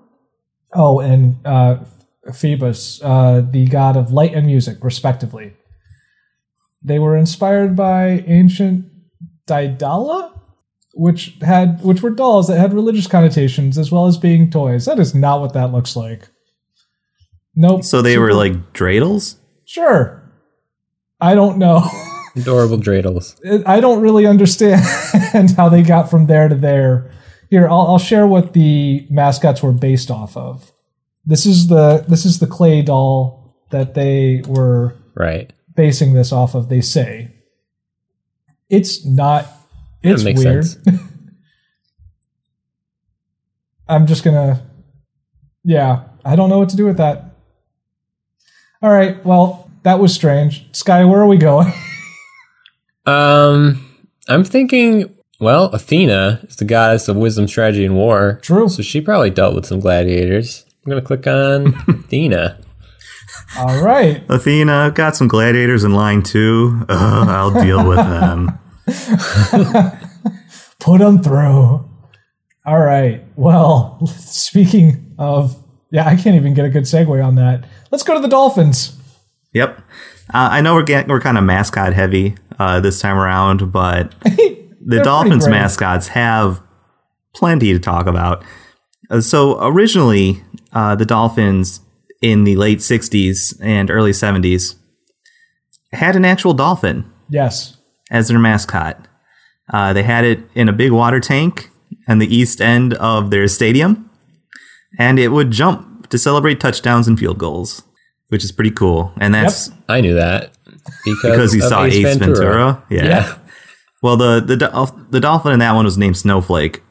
Speaker 2: Oh, and uh, Phoebus, uh, the god of light and music, respectively. They were inspired by ancient Daedala, which had which were dolls that had religious connotations as well as being toys. That is not what that looks like. Nope.
Speaker 3: So they were like dreidels?
Speaker 2: Sure. I don't know.
Speaker 1: Adorable dreidels.
Speaker 2: I don't really understand how they got from there to there. Here, I'll, I'll share what the mascots were based off of. This is the this is the clay doll that they were
Speaker 1: Right.
Speaker 2: basing this off of. They say it's not.
Speaker 1: That
Speaker 2: It's
Speaker 1: makes
Speaker 2: weird.
Speaker 1: sense.
Speaker 2: I'm just gonna. Yeah, I don't know what to do with that. All right. Well, that was strange. Sky, where are we going?
Speaker 1: Um, I'm thinking. Well, Athena is the goddess of wisdom, strategy, and war.
Speaker 2: True.
Speaker 1: So she probably dealt with some gladiators. I'm gonna click on Athena.
Speaker 2: All right.
Speaker 3: Athena, I've got some gladiators in line too. Ugh, I'll deal with them.
Speaker 2: Put them through. All right. Well, speaking of, yeah, I can't even get a good segue on that. Let's go to the Dolphins.
Speaker 3: Yep. Uh, I know we're getting, we're kind of mascot heavy uh, this time around, but the
Speaker 2: They're
Speaker 3: Dolphins
Speaker 2: pretty brave.
Speaker 3: mascots have plenty to talk about. Uh, so originally, uh, the Dolphins in the late '60s and early '70s had an actual dolphin
Speaker 2: yes.
Speaker 3: as their mascot. Uh, they had it in a big water tank on the east end of their stadium, and it would jump to celebrate touchdowns and field goals, which is pretty cool. And that's
Speaker 1: I knew that because,
Speaker 3: because you
Speaker 1: of
Speaker 3: saw Ace Ventura. Yeah.
Speaker 1: Yeah.
Speaker 3: Well, the the do- the dolphin in that one was named Snowflake.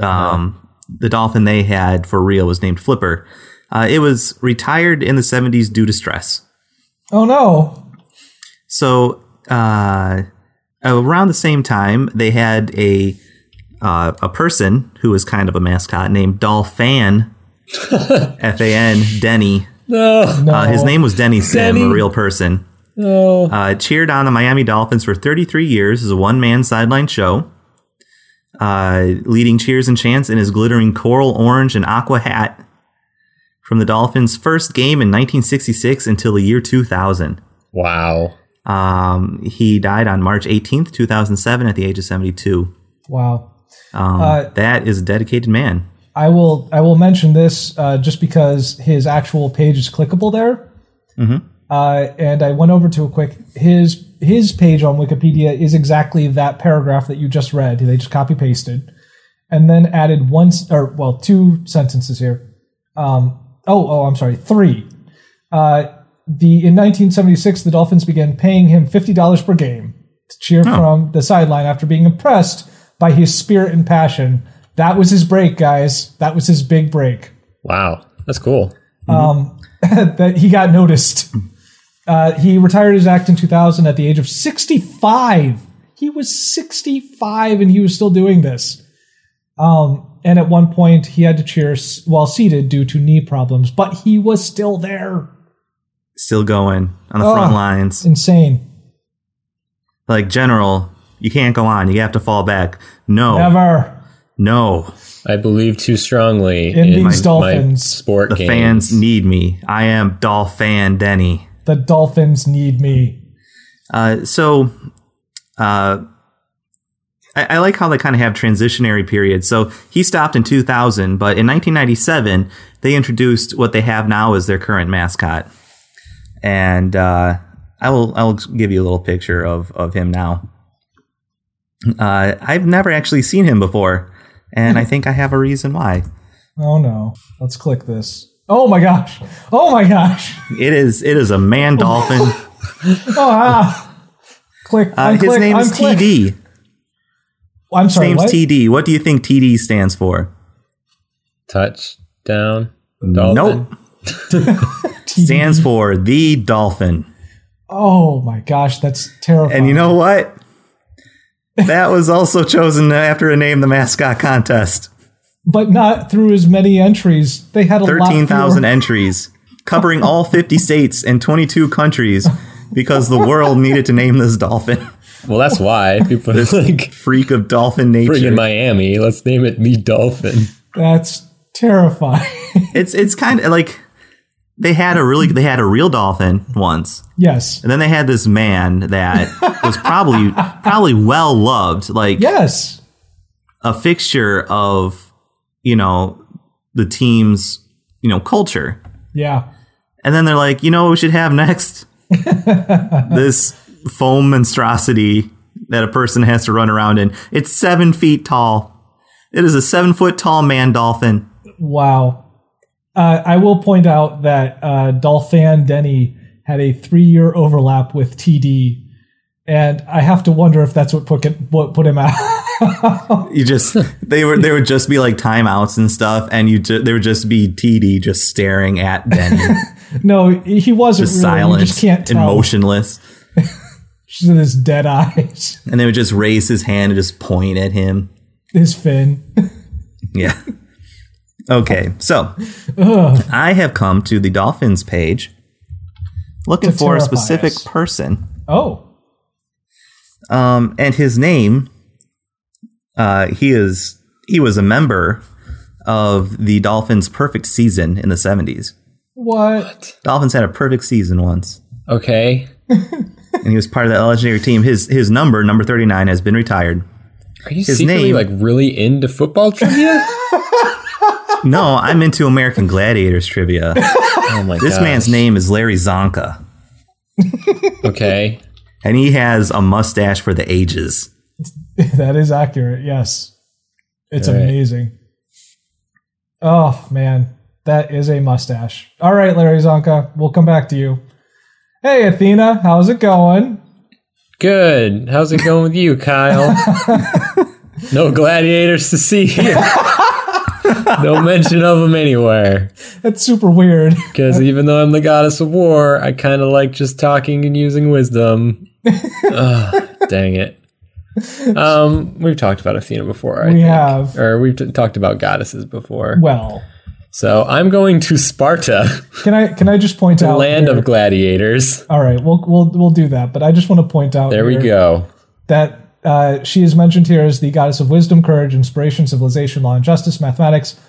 Speaker 3: Um, The dolphin they had for real was named Flipper. Uh, it was retired in the '70s due to stress.
Speaker 2: Oh no.
Speaker 3: So uh, around the same time, they had a uh, a person who was kind of a mascot named Dolphin, F A N Denny.
Speaker 1: No.
Speaker 2: No.
Speaker 3: Uh, his name was Denny Sim,
Speaker 1: Denny.
Speaker 3: a real person.
Speaker 1: No.
Speaker 3: Uh, cheered on the Miami Dolphins for 33 years as a one man sideline show, uh, leading cheers and chants in his glittering coral orange and aqua hat from the Dolphins' first game in 1966 until the year 2000.
Speaker 1: Wow.
Speaker 3: Um, he died on March 18th, 2007, at the age of 72.
Speaker 2: Wow.
Speaker 3: Um,
Speaker 2: Uh,
Speaker 3: that is a dedicated man.
Speaker 2: I will I will mention this uh, just because his actual page is clickable there. Uh, and I went over to a quick his his page on Wikipedia is exactly that paragraph that you just read. They just copy pasted, and then added one s- or well two sentences here. Um, oh oh I'm sorry three. Uh, the in 1976 the Dolphins began paying him fifty dollars per game to cheer from the sideline after being impressed by his spirit and passion. That was his break, guys. That was his big break
Speaker 1: Wow. That's cool.
Speaker 2: um, that he got noticed. Uh, he retired his act in 2000 at the age of 65. He was 65 and he was still doing this. Um, and at one point, he had to cheer s- while seated due to knee problems, but he was still there.
Speaker 3: Still going on the front
Speaker 2: Oh.
Speaker 3: lines.
Speaker 2: Insane.
Speaker 3: Like, General, you can't go on. You have to fall back. No,
Speaker 2: Never.
Speaker 3: no.
Speaker 1: I believe too strongly
Speaker 2: In
Speaker 1: in,
Speaker 2: these
Speaker 1: my, my
Speaker 2: dolphins.
Speaker 1: sport
Speaker 3: The
Speaker 1: games.
Speaker 3: fans need me. I am Dolphin Denny.
Speaker 2: The Dolphins need me.
Speaker 3: Uh, so, uh, I, I like how they kind of have transitionary periods. So he stopped in 2000, but in 1997 they introduced what they have now as their current mascot. And uh, I will I will give you a little picture of of him now. Uh, I've never actually seen him before, and I think I have a reason why.
Speaker 2: Oh no. Let's click this. Oh my gosh. Oh my gosh.
Speaker 3: It is it is a man dolphin.
Speaker 2: Oh, ah. click.
Speaker 3: Uh,
Speaker 2: I'm
Speaker 3: his
Speaker 2: click,
Speaker 3: name
Speaker 2: I'm
Speaker 3: is
Speaker 2: click.
Speaker 3: TD.
Speaker 2: I'm
Speaker 3: His
Speaker 2: sorry.
Speaker 3: name's
Speaker 2: what?
Speaker 3: TD. What do you think TD stands for?
Speaker 1: Touchdown. Dolphin.
Speaker 3: Nope. stands for the dolphin.
Speaker 2: Oh my gosh, that's terrifying.
Speaker 3: And you know what? That was also chosen after a name the mascot contest.
Speaker 2: but not through as many entries. They had a lot fewer-
Speaker 3: 13,000 entries covering all 50 states and 22 countries because the world needed to name this dolphin.
Speaker 1: Well, that's why people are like
Speaker 3: Freak of dolphin
Speaker 1: friggin'
Speaker 3: nature.
Speaker 1: Miami. Let's name it me dolphin.
Speaker 2: That's terrifying.
Speaker 3: it's it's kind of like they had a really they had a real dolphin once.
Speaker 2: yes.
Speaker 3: And then they had this man that was probably probably well loved, like
Speaker 2: Yes.
Speaker 3: a fixture of, you know, the team's, you know, culture.
Speaker 2: Yeah.
Speaker 3: And then they're like, you know what we should have next? this foam monstrosity that a person has to run around in. It's seven feet tall. It is a seven foot tall man dolphin.
Speaker 2: Wow. Uh, I will point out that uh, Dolphin Denny had a three year overlap with TD. And I have to wonder if that's what put, what put him out.
Speaker 3: You just they were there would just be like timeouts and stuff, and you ju- there would just be TD just staring at Denny,
Speaker 2: no, he wasn't
Speaker 3: just
Speaker 2: really.
Speaker 3: silent
Speaker 2: You just can't
Speaker 3: and
Speaker 2: tell.
Speaker 3: motionless.
Speaker 2: Just his dead eyes,
Speaker 3: And they would just raise his hand and just point at him.
Speaker 2: his fin.
Speaker 3: Yeah. Okay, so I have come to the Dolphins page looking
Speaker 2: To
Speaker 3: for a
Speaker 2: terrify
Speaker 3: specific
Speaker 2: us.
Speaker 3: person.
Speaker 2: Oh,
Speaker 3: Um, and his name, uh, he is he was a member of the Dolphins' perfect season in the seventies.
Speaker 2: what?
Speaker 3: Dolphins had a perfect season once,
Speaker 1: Okay.
Speaker 3: and he was part of that legendary team. His his number, number thirty nine, has been retired.
Speaker 1: Are you secretly
Speaker 3: name-
Speaker 1: like really into football trivia?
Speaker 3: No, I'm into American Gladiators trivia.
Speaker 1: oh my god.
Speaker 3: This man's name is Larry Zonka,
Speaker 1: Okay.
Speaker 3: and he has a mustache for the ages.
Speaker 2: that is accurate. Yes. It's
Speaker 1: All right.
Speaker 2: amazing. Oh, man. That is a mustache. All right, Larry Zonka, we'll come back to you. Hey, Athena, how's it going?
Speaker 1: Good. How's it going with you, Kyle? no gladiators to see here. no mention of them anywhere.
Speaker 2: That's super weird.
Speaker 1: Because even though I'm the goddess of war, I kind of like just talking and using wisdom. Ugh, dang it. Um, we've talked about Athena before. I
Speaker 2: We
Speaker 1: think.
Speaker 2: have.
Speaker 1: or we've t- talked about goddesses before.
Speaker 2: Well,
Speaker 1: So I'm going to Sparta,
Speaker 2: can I can I just point
Speaker 1: the
Speaker 2: out
Speaker 1: land
Speaker 2: here-
Speaker 1: of gladiators.
Speaker 2: All right, we'll we'll we'll do that, but I just want to point out
Speaker 1: There we
Speaker 2: here
Speaker 1: go.
Speaker 2: that uh, she is mentioned here as the goddess of wisdom, courage, inspiration, civilization, law and justice, mathematics,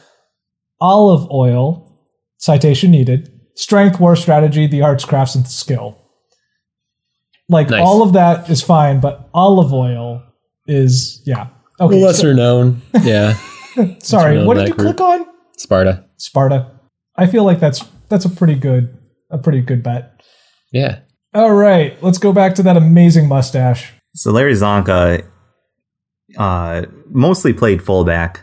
Speaker 2: olive oil, citation needed, strength, war, strategy, the arts, crafts, and skill. Like
Speaker 1: Nice.
Speaker 2: all of that is fine, but olive oil is yeah. Okay, so-
Speaker 1: Lesser known. Yeah.
Speaker 2: sorry.
Speaker 1: known
Speaker 2: What did
Speaker 1: that
Speaker 2: you
Speaker 1: group.
Speaker 2: click on?
Speaker 1: Sparta.
Speaker 2: Sparta. I feel like that's that's a pretty good a pretty good bet.
Speaker 1: Yeah.
Speaker 2: All right, let's go back to that amazing mustache.
Speaker 3: So Larry Zonka uh, mostly played fullback,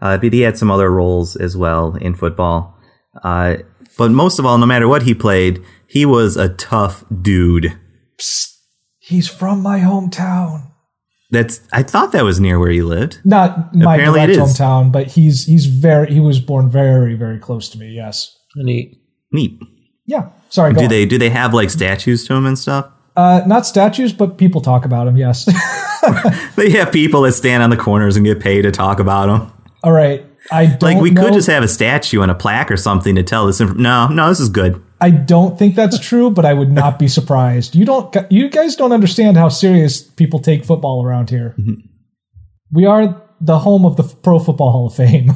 Speaker 3: uh, but he had some other roles as well in football. Uh, but most of all, no matter what he played, he was a tough dude.
Speaker 2: He's from my hometown.
Speaker 3: That's I thought that was near where he lived.
Speaker 2: Not my
Speaker 3: Apparently it
Speaker 2: direct
Speaker 3: is.
Speaker 2: hometown, but he's he's very he was born very very close to me. Yes.
Speaker 1: Neat.
Speaker 3: Neat.
Speaker 2: Yeah. Sorry. Go
Speaker 3: Do
Speaker 2: on.
Speaker 3: they do they have like statues to him and stuff?
Speaker 2: Uh, not statues, but people talk about him. Yes.
Speaker 3: They have people that stand on the corners and get paid to talk about him.
Speaker 2: All right. I don't
Speaker 3: Like we
Speaker 2: know.
Speaker 3: could just have a statue and a plaque or something to tell this. Inf- no, no, this is good.
Speaker 2: I don't think that's true, but I would not be surprised. You don't. You guys don't understand how serious people take football around here.
Speaker 3: Mm-hmm.
Speaker 2: We are the home of the Pro Football Hall of Fame.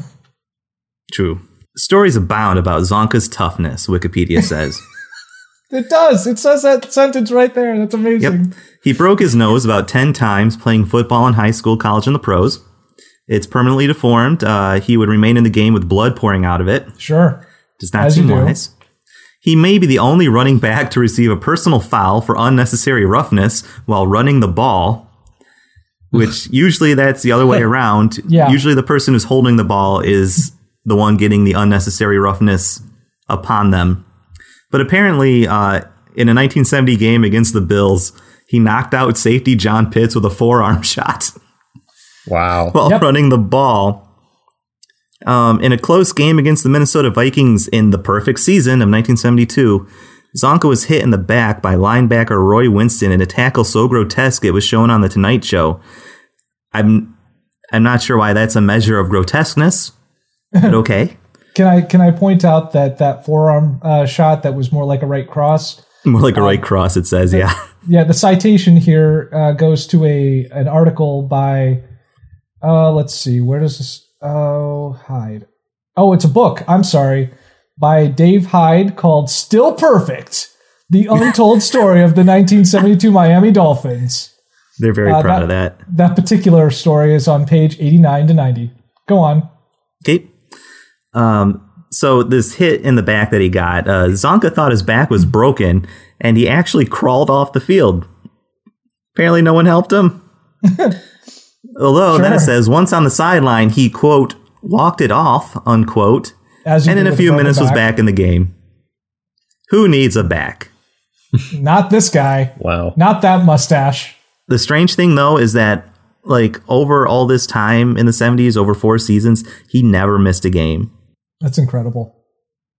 Speaker 3: True. Stories abound about Zonka's toughness. Wikipedia says.
Speaker 2: It does. It says that sentence right there. That's amazing.
Speaker 3: He broke his nose about 10 times playing football in high school, college, and the pros. It's permanently deformed. Uh, he would remain in the game with blood pouring out of it.
Speaker 2: Sure.
Speaker 3: Does not
Speaker 2: As you
Speaker 3: seem
Speaker 2: do.
Speaker 3: wise. He may be the only running back to receive a personal foul for unnecessary roughness while running the ball, which usually that's the other way around.
Speaker 2: Yeah.
Speaker 3: Usually the person who's holding the ball is the one getting the unnecessary roughness upon them. But apparently, uh, in a 1970 game against the Bills, he knocked out safety John Pitts with a forearm shot
Speaker 1: Wow.
Speaker 3: while
Speaker 2: Yep.
Speaker 3: running the ball. Um, in a close game against the Minnesota Vikings in the perfect season of 1972, Zonka was hit in the back by linebacker Roy Winston in a tackle so grotesque it was shown on the Tonight Show. I'm I'm not sure why that's a measure of grotesqueness, but okay.
Speaker 2: Can I can I point out that that forearm uh, shot that was more like a right cross?
Speaker 3: More like a right cross, it says. Yeah.
Speaker 2: Yeah, the citation here uh, goes to a an article by. Uh, let's see, where does this? Oh, Hyde. Oh, it's a book. I'm sorry, by Dave Hyde called "Still Perfect: The Untold Story of the 1972 Miami Dolphins."
Speaker 3: They're very proud of that.
Speaker 2: That particular story is on page 89 to 90. Go on.
Speaker 3: Okay. Um, so this hit in the back that he got, uh, Zonka thought his back was broken, and he actually crawled off the field. Apparently, no one helped him. Although then it
Speaker 2: Sure.
Speaker 3: says once on the sideline, he quote walked it off unquote,
Speaker 2: As you
Speaker 3: and
Speaker 2: do
Speaker 3: in a
Speaker 2: with
Speaker 3: few
Speaker 2: broken
Speaker 3: minutes was back in the game. Who needs a back?
Speaker 2: Not this guy.
Speaker 1: Wow.
Speaker 2: Not that mustache.
Speaker 3: The strange thing though is that like over all this time in the seventies, over four seasons, he never missed a game.
Speaker 2: That's incredible.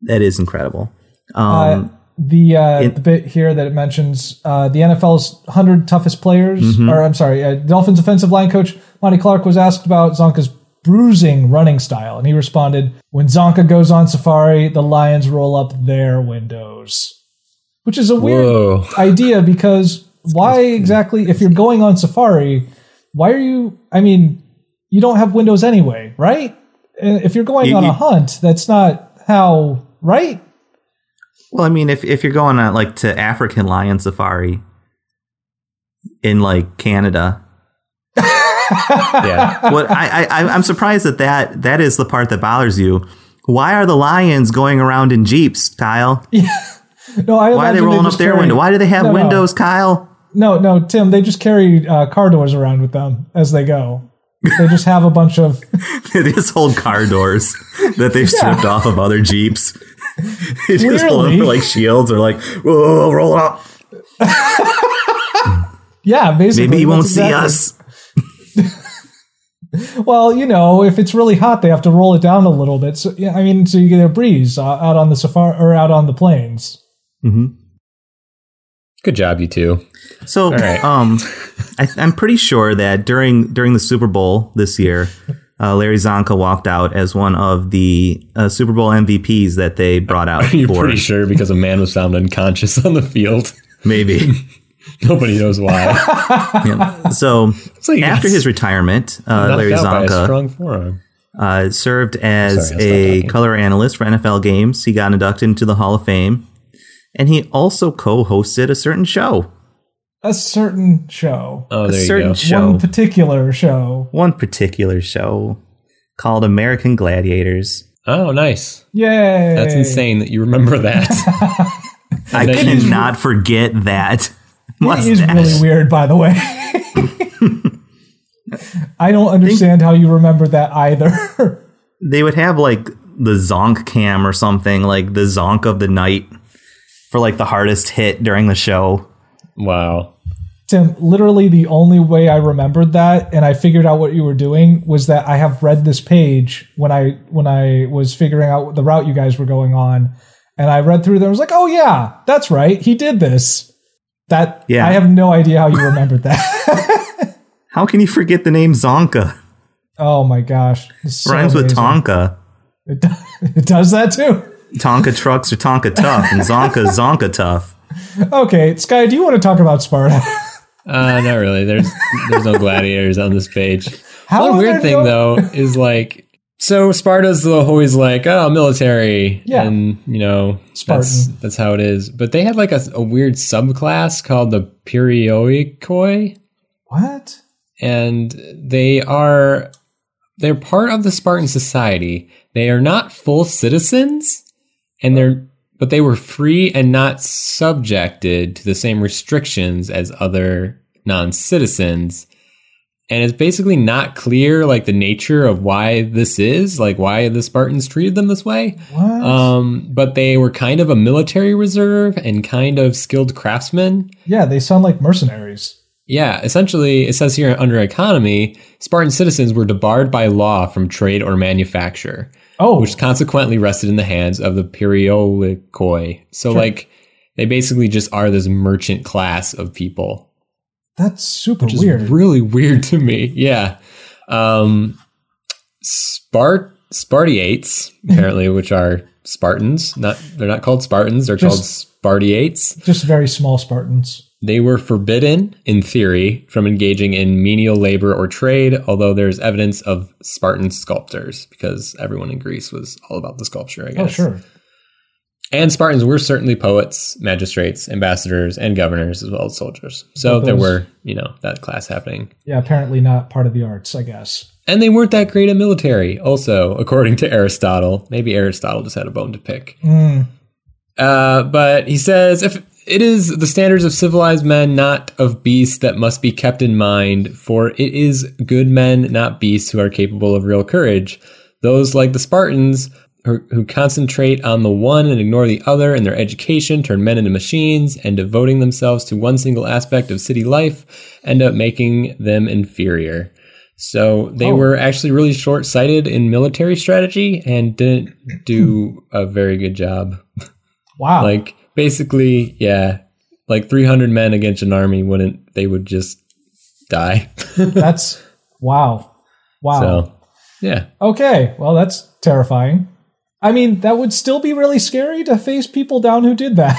Speaker 3: That is incredible.
Speaker 2: Uh,
Speaker 3: Um,
Speaker 2: the uh, the bit here that it mentions uh, the NFL's hundred toughest players,
Speaker 3: Mm-hmm.
Speaker 2: or I'm sorry, uh, Dolphins offensive line coach Monty Clark was asked about Zonka's bruising running style, and he responded, "When Zonka goes on safari, the Lions roll up their windows," which is a weird
Speaker 1: Whoa.
Speaker 2: idea because why exactly? If you're going on safari, why are you? I mean, you don't have windows anyway, right? Uh, If you're going
Speaker 3: You-
Speaker 2: on
Speaker 3: you-
Speaker 2: a hunt, that's not how, right?
Speaker 3: Well, I mean, if if you're going on like to African lion safari in like Canada,
Speaker 1: Yeah.
Speaker 3: what I, I I- I'm surprised that that that is the part that bothers you. Why are the lions going around in jeeps, Kyle?
Speaker 2: No, I
Speaker 3: Why are they
Speaker 2: imagine
Speaker 3: rolling up
Speaker 2: just
Speaker 3: their
Speaker 2: carry-
Speaker 3: window? Why do they have
Speaker 2: No, no.
Speaker 3: windows, Kyle?
Speaker 2: No, no, Tim. They just carry uh, car doors around with them as they go. They just have a bunch of.
Speaker 3: they just hold car doors that they've stripped off of other jeeps. they just hold them for
Speaker 2: Clearly.
Speaker 3: like shields or like whoa, whoa, whoa, roll up.
Speaker 2: Yeah, basically.
Speaker 3: Maybe he
Speaker 2: that's
Speaker 3: won't see
Speaker 2: exactly-
Speaker 3: us.
Speaker 2: Well, you know, if it's really hot, they have to roll it down a little bit. So, yeah, I mean, so you get a breeze uh, out on the safari or out on the plains. Mm-hmm.
Speaker 1: Good job, you two.
Speaker 3: So, um, I, I'm pretty sure that during during the Super Bowl this year, uh, Larry Zonka walked out as one of the uh, Super Bowl MVPs that they brought out
Speaker 1: You're
Speaker 3: for
Speaker 1: pretty sure because a man was found unconscious on the field.
Speaker 3: maybe.
Speaker 1: Nobody knows why.
Speaker 3: so
Speaker 1: So you
Speaker 3: after
Speaker 1: guys
Speaker 3: his retirement, uh,
Speaker 1: knocked
Speaker 3: Larry
Speaker 1: out by a
Speaker 3: Zonka
Speaker 1: strong forearm.
Speaker 3: uh, served as
Speaker 1: Sorry, I'll stop
Speaker 3: a
Speaker 1: talking.
Speaker 3: color analyst for NFL games. He got inducted into the Hall of Fame, and he also co-hosted a certain show,
Speaker 2: A certain show,
Speaker 1: Oh,
Speaker 3: a
Speaker 1: there you
Speaker 3: certain
Speaker 1: go.
Speaker 3: show,
Speaker 2: one particular show.
Speaker 3: one particular show called American Gladiators.
Speaker 1: Oh, nice.
Speaker 2: Yay!
Speaker 1: That's insane that you remember that.
Speaker 3: I
Speaker 1: It is
Speaker 3: cannot forget that.
Speaker 2: It
Speaker 3: What's
Speaker 2: is
Speaker 3: that?
Speaker 2: really weird, by the way. I don't understand how you remember that either.
Speaker 3: They would have like the Zonk Cam or something, like the Zonk of the night for like the hardest hit during the show.
Speaker 1: wow.
Speaker 2: Tim, literally the only way I remembered that and I figured out what you were doing was that I have read this page when I when I was figuring out the route you guys were going on. And I read through there. I was like, oh yeah, that's right. He did this. That
Speaker 3: Yeah.
Speaker 2: I have no idea how you remembered that.
Speaker 3: How can you forget the name Zonka?
Speaker 2: oh my gosh. It's so
Speaker 3: Rhymes with
Speaker 2: amazing.
Speaker 3: Tonka.
Speaker 2: It, do- it does that too.
Speaker 3: Tonka trucks are Tonka tough, and Zonka is Zonka tough.
Speaker 2: Okay, Sky, do you want to talk about Sparta?
Speaker 1: Uh, not really. There's there's no gladiators on this page.
Speaker 2: How
Speaker 1: One
Speaker 2: are
Speaker 1: weird
Speaker 2: there
Speaker 1: thing
Speaker 2: no-
Speaker 1: though is like so Sparta's always like oh military
Speaker 2: Yeah.
Speaker 1: and you know that's
Speaker 2: Spartan.
Speaker 1: that's how it is. But they had like a, a weird subclass called the Perioikoi,
Speaker 2: What?
Speaker 1: and they are they're part of the Spartan society. They are not full citizens, and they're but they were free and not subjected to the same restrictions as other non-citizens. And it's basically not clear like the nature of why this is, like why the Spartans treated them this way.
Speaker 2: What?
Speaker 1: Um, but they were kind of a military reserve and kind of skilled craftsmen.
Speaker 2: yeah, they sound like mercenaries.
Speaker 1: Yeah, essentially, it says here under economy, Spartan citizens were debarred by law from trade or manufacture,
Speaker 2: Oh,
Speaker 1: which consequently rested in the hands of the periolikoi. So, like, they basically just are this merchant class of people,
Speaker 2: that's super
Speaker 1: which
Speaker 2: weird.
Speaker 1: is really weird to me. Yeah. Um, Spart- Spartiates, apparently, which are Spartans. Not they're not called Spartans. They're called Spartiates.
Speaker 2: Just very small Spartans.
Speaker 1: They were forbidden, in theory, from engaging in menial labor or trade. Although there's evidence of Spartan sculptors, because everyone in Greece was all about the sculpture. I guess.
Speaker 2: Oh, sure.
Speaker 1: And Spartans were certainly poets, magistrates, ambassadors, and governors, as well as soldiers. So
Speaker 2: Well,
Speaker 1: there
Speaker 2: those-
Speaker 1: were, you know, that class happening.
Speaker 2: Yeah, apparently not part of the arts, I guess.
Speaker 1: And they weren't that great at military, also, according to Aristotle. Maybe Aristotle just had a bone to pick. Uh, but he says if it is the standards of civilized men, not of beasts, that must be kept in mind, for it is good men, not beasts, who are capable of real courage. Those like the Spartans, who, who concentrate on the one and ignore the other in their education, turn men into machines, and devoting themselves to one single aspect of city life, end up making them inferior. So they were actually really short sighted in military strategy and didn't do a very good job
Speaker 2: Wow.
Speaker 1: like basically yeah like 300 men against an army wouldn't they would just die
Speaker 2: that's wow. Wow.
Speaker 1: so yeah
Speaker 2: Okay, well, that's terrifying. I mean, that would still be really scary to face people down who did that.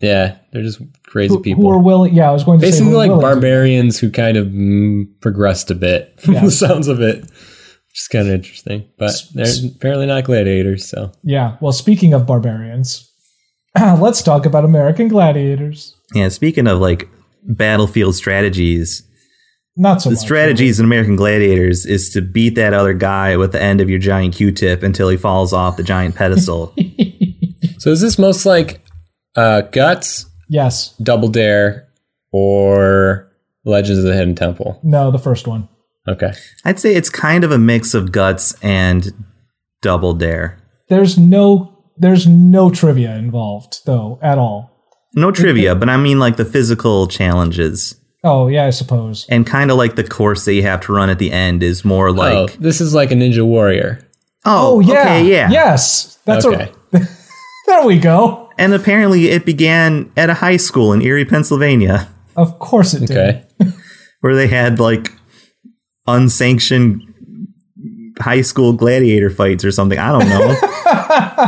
Speaker 1: yeah they're just crazy
Speaker 2: Who-
Speaker 1: people
Speaker 2: Who are willing? Yeah, I was going to say
Speaker 1: basically
Speaker 2: who are
Speaker 1: like
Speaker 2: willing to-
Speaker 1: barbarians who kind of mm, progressed a bit from
Speaker 2: Yeah.
Speaker 1: the sounds of it which is kind of interesting but they're apparently not gladiators so
Speaker 2: Yeah. Well, speaking of barbarians, let's talk about American gladiators.
Speaker 3: Yeah, speaking of like battlefield strategies,
Speaker 2: Not so
Speaker 3: the
Speaker 2: much.
Speaker 3: strategies in American Gladiators is to beat that other guy with the end of your giant Q-tip until he falls off the giant pedestal.
Speaker 1: so is this most like uh guts
Speaker 2: yes.
Speaker 1: double dare or legends of the hidden temple
Speaker 2: No, the first one.
Speaker 1: okay
Speaker 3: I'd say it's kind of a mix of guts and double dare.
Speaker 2: There's no. There's no trivia involved though at all.
Speaker 3: No trivia, but I mean like the physical challenges
Speaker 2: Oh yeah, I suppose.
Speaker 3: and kind of like the course that you have to run at the end is more
Speaker 1: oh
Speaker 3: like
Speaker 1: this is like a ninja warrior
Speaker 3: oh,
Speaker 2: Oh yeah.
Speaker 3: okay, yeah
Speaker 2: Yes. That's
Speaker 1: okay
Speaker 2: a, there we go.
Speaker 3: And apparently it began at a high school in Erie, Pennsylvania.
Speaker 2: Of course it did.
Speaker 1: okay
Speaker 3: where they had like unsanctioned high school gladiator fights or something. I don't know.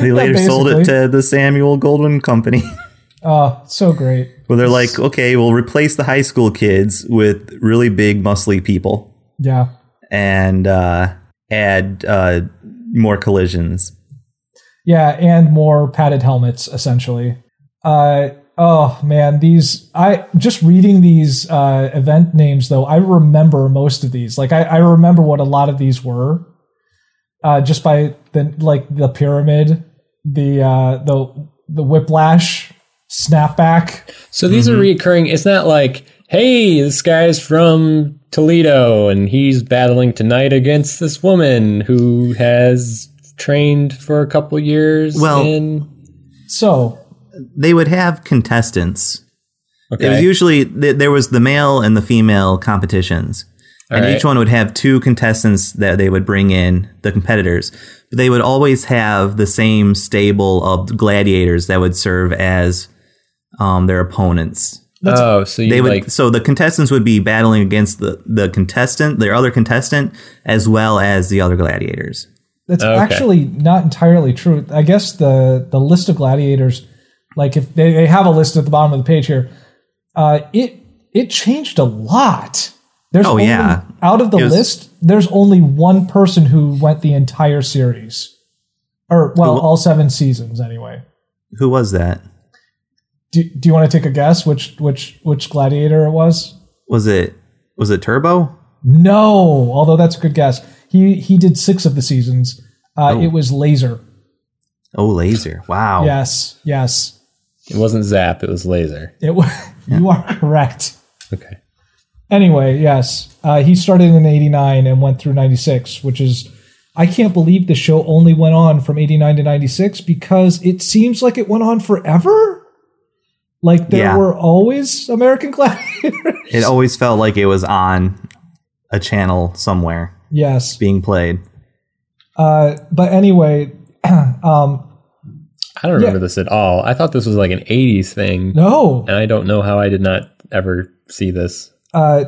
Speaker 3: they later sold it
Speaker 2: basically.
Speaker 3: to the Samuel Goldwyn Company,
Speaker 2: Oh, so great.
Speaker 3: where they're like, okay, we'll replace the high school kids with really big, muscly people
Speaker 2: Yeah.
Speaker 3: and uh, add uh, more collisions.
Speaker 2: Yeah, and more padded helmets, essentially. Uh, oh man, these I just reading these uh, event names though. I remember most of these. Like I, I remember what a lot of these were, uh, just by the like the pyramid, the uh, the the whiplash, snapback.
Speaker 1: So these are
Speaker 3: Mm-hmm.
Speaker 1: reoccurring. It's not like, hey, this guy's from Toledo and he's battling tonight against this woman who has trained for a couple years.
Speaker 3: Well-
Speaker 1: in,
Speaker 2: So
Speaker 3: They would have contestants. It was
Speaker 1: okay,
Speaker 3: usually th- there was the male and the female competitions, and
Speaker 1: Alright.
Speaker 3: each one would have two contestants that they would bring in the competitors. But they would always have the same stable of gladiators that would serve as um, their opponents.
Speaker 1: oh, so
Speaker 3: They
Speaker 1: you
Speaker 3: would
Speaker 1: like
Speaker 3: so the contestants would be battling against the, the contestant, their other contestant, as well as the other gladiators.
Speaker 2: That's
Speaker 3: Oh,
Speaker 1: Okay.
Speaker 2: actually not entirely true. I guess the the list of gladiators, like if they, they have a list at the bottom of the page here, uh, it it changed a lot. There's
Speaker 3: Oh,
Speaker 2: only,
Speaker 3: yeah.
Speaker 2: out of the
Speaker 3: was-
Speaker 2: list, there's only one person who went the entire series, or well, all seven seasons anyway.
Speaker 3: Who was that?
Speaker 2: Do, do you want to take a guess which which which gladiator it was?
Speaker 3: Was it was it Turbo?
Speaker 2: No, although that's a good guess. He he did six of the seasons. Uh, It was Laser.
Speaker 3: Oh, Laser! Wow.
Speaker 2: Yes, yes.
Speaker 1: it wasn't Zap, it was Laser.
Speaker 2: It wa you are correct.
Speaker 1: Okay,
Speaker 2: Anyway, yes, uh, he started in '89 and went through '96, which is I can't believe the show only went on from '89 to '96 because it seems like it went on forever. Like there
Speaker 3: Yeah.
Speaker 2: were always American Gladiator.
Speaker 3: It always felt like it was on a channel somewhere.
Speaker 2: yes,
Speaker 3: being played.
Speaker 2: uh, but anyway, um,
Speaker 1: I don't remember this at all. I thought this was like an '80s thing,
Speaker 2: no,
Speaker 1: and I don't know how I did not ever see this.
Speaker 2: uh,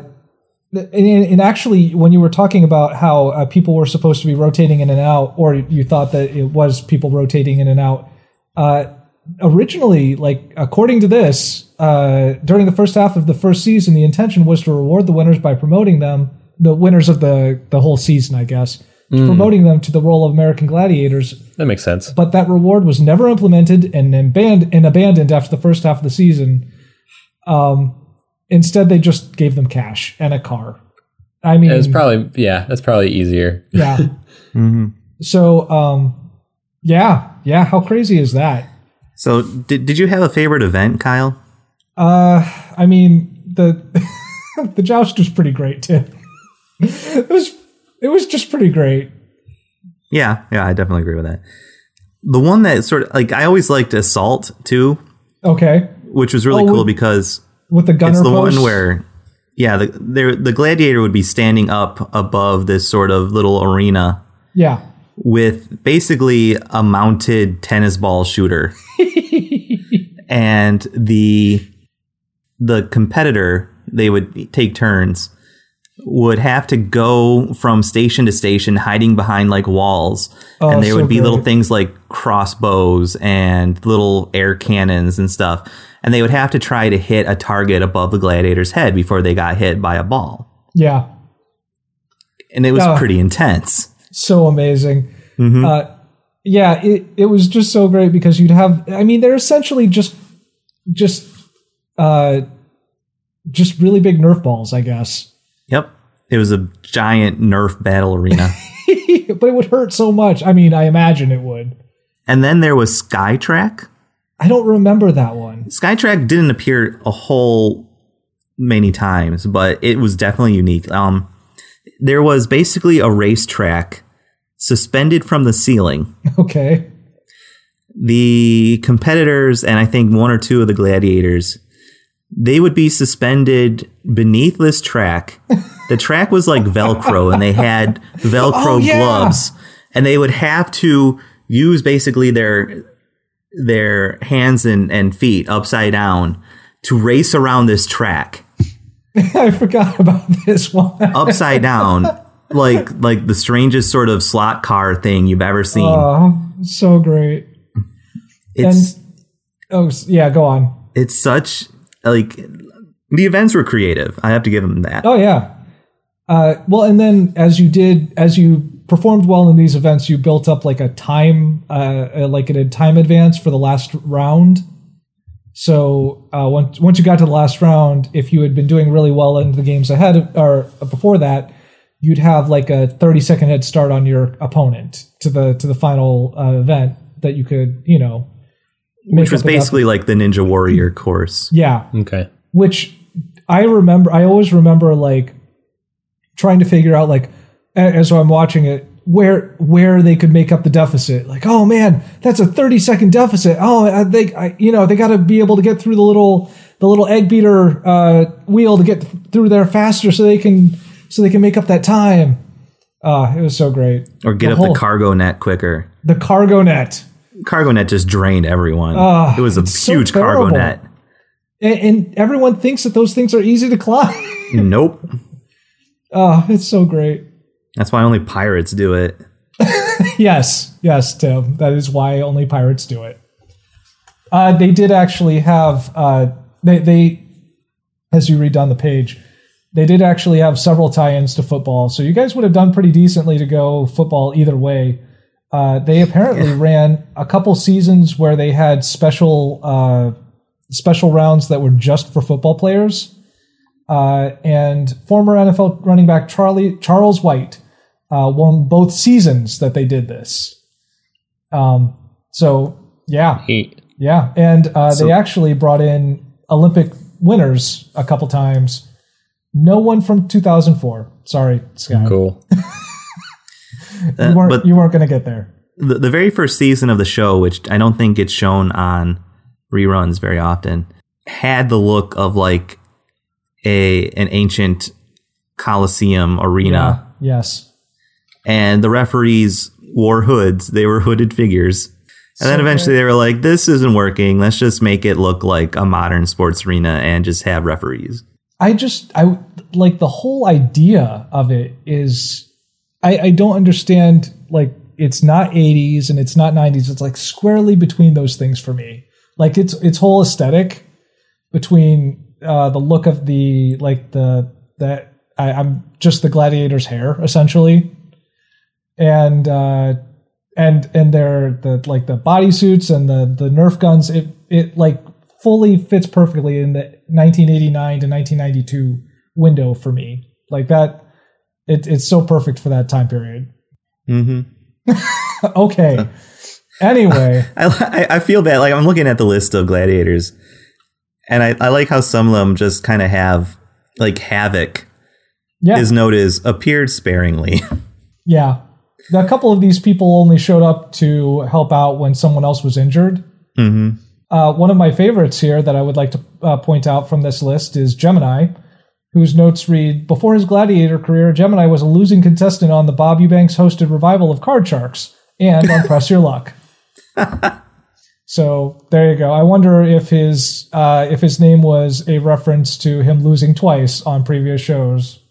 Speaker 2: and, and actually, when you were talking about how uh, people were supposed to be rotating in and out, or you thought that it was people rotating in and out, uh, originally, like according to this, uh, during the first half of the first season, the intention was to reward the winners by promoting them, the winners of the the whole season, I guess, promoting them to the role of American gladiators
Speaker 1: That makes sense.
Speaker 2: but that reward was never implemented and abandoned, and abandoned after the first half of the season. Um, instead, they just gave them cash and a car. I mean,
Speaker 1: And It's probably yeah. That's probably easier.
Speaker 2: yeah. So, um, yeah, yeah. How crazy is that?
Speaker 3: So, did, did you have a favorite event, Kyle?
Speaker 2: Uh, I mean, the the joust was pretty great too. it was it was just pretty great.
Speaker 3: Yeah, yeah, I definitely agree with that. The one that sort of like I always liked Assault too,
Speaker 2: Okay,
Speaker 3: which was really
Speaker 2: Oh,
Speaker 3: cool
Speaker 2: we-
Speaker 3: because
Speaker 2: with the gunner
Speaker 3: it's the
Speaker 2: post.
Speaker 3: one where yeah, the there the gladiator would be standing up above this sort of little arena
Speaker 2: yeah,
Speaker 3: with basically a mounted tennis ball shooter. and the the competitor, they would take turns, would have to go from station to station hiding behind like walls. and there
Speaker 2: so
Speaker 3: would be little
Speaker 2: great.
Speaker 3: things like crossbows and little air cannons and stuff. And they would have to try to hit a target above the gladiator's head before they got hit by a ball.
Speaker 2: yeah.
Speaker 3: And it was
Speaker 2: Oh.
Speaker 3: pretty intense.
Speaker 2: so amazing. Uh, yeah, it, it was just so great because you'd have. I mean, they're essentially just just uh, just really big Nerf balls, I guess.
Speaker 3: Yep. It was a giant Nerf battle arena.
Speaker 2: but it would hurt so much. I mean, I imagine it would.
Speaker 3: and then there was Skytrack.
Speaker 2: I don't remember that one.
Speaker 3: Skytrack didn't appear a whole many times, but it was definitely unique. Um, there was basically a racetrack suspended from the ceiling.
Speaker 2: Okay.
Speaker 3: The competitors and I think one or two of the gladiators, they would be suspended beneath this track. The track was like Velcro, and they had Velcro
Speaker 2: Oh, yeah.
Speaker 3: gloves, and they would have to use basically their their hands and, and feet upside down to race around this track
Speaker 2: I forgot about this one.
Speaker 3: upside down like like the strangest sort of slot car thing you've ever seen
Speaker 2: Oh, so great.
Speaker 3: it's
Speaker 2: Oh, s- yeah, go on.
Speaker 3: it's such like the events were creative i have to give them that
Speaker 2: Oh, yeah. Uh, well, and then as you did, as you performed well in these events, you built up like a time, uh, uh, like a time advance for the last round. So uh, once once you got to the last round, if you had been doing really well in the games ahead of, or before that, you'd have like a thirty second head start on your opponent to the to the final uh, event that you could you know.
Speaker 3: which was basically like the ninja warrior course
Speaker 2: yeah
Speaker 1: Okay.
Speaker 2: which I remember. I always remember like trying to figure out like a- as I'm watching it where where they could make up the deficit. Like, oh man, that's a 30 second deficit. Oh, I think I, you know they got to be able to get through the little the little egg beater uh, wheel to get th- through there faster so they can so they can make up that time. Uh, it was so great.
Speaker 3: or get up
Speaker 2: whole-
Speaker 3: the cargo net quicker
Speaker 2: The cargo net.
Speaker 3: cargo net just drained everyone it was a
Speaker 2: Ah, so
Speaker 3: huge cargo
Speaker 2: terrible.
Speaker 3: net
Speaker 2: And, and everyone thinks that those things are easy to climb.
Speaker 3: nope
Speaker 2: oh, it's so great.
Speaker 3: that's why only pirates do it
Speaker 2: Yes, yes, Tim. That is why only pirates do it. Uh, they did actually have uh, they they as you read down the page, they did actually have several tie-ins to football. So you guys would have done pretty decently to go football either way. Uh, they apparently ran a couple seasons where they had special uh, special rounds that were just for football players. Uh, and former NFL running back Charlie Charles White uh, won both seasons that they did this. Um, so yeah,
Speaker 1: He-
Speaker 2: yeah, and uh,
Speaker 3: So-
Speaker 2: they actually brought in Olympic winners a couple times. No one from 2004. Sorry, Scott.
Speaker 1: Cool.
Speaker 3: Uh,
Speaker 2: You weren't,
Speaker 3: but
Speaker 2: you weren't going to get there.
Speaker 3: the, the very first season of the show, which I don't think gets shown on reruns very often, had the look of like a an ancient Coliseum arena,
Speaker 2: Yes.
Speaker 3: and the referees wore hoods. They were hooded figures. And then
Speaker 2: So
Speaker 3: eventually they were like, this isn't working. Let's just make it look like a modern sports arena and just have referees.
Speaker 2: I just I like the whole idea of it is I, I don't understand like it's not 80s and it's not 90s it's like squarely between those things for me like it's its whole aesthetic between uh, the look of the like the that I, I'm just the gladiator's hair essentially and uh, and and their the like the bodysuits and the the Nerf guns it it like fully fits perfectly in the 1989 to 1992 window for me. Like that, it, it's so perfect for that time period.
Speaker 3: Mm-hmm.
Speaker 2: okay. Anyway,
Speaker 3: I, I- I feel bad. Like I'm looking at the list of gladiators, and I, I like how some of them just kind of have like havoc.
Speaker 2: yeah,
Speaker 3: His note is appeared sparingly.
Speaker 2: yeah. A couple of these people only showed up to help out when someone else was injured.
Speaker 3: hmm
Speaker 2: Uh, one of my favorites here that I would like to uh, point out from this list is Gemini, whose notes read Before his gladiator career, Gemini was a losing contestant on the Bob Eubanks hosted revival of Card Sharks and on Press Your Luck. so there you go. I wonder if his uh, if his name was a reference to him losing twice on previous shows.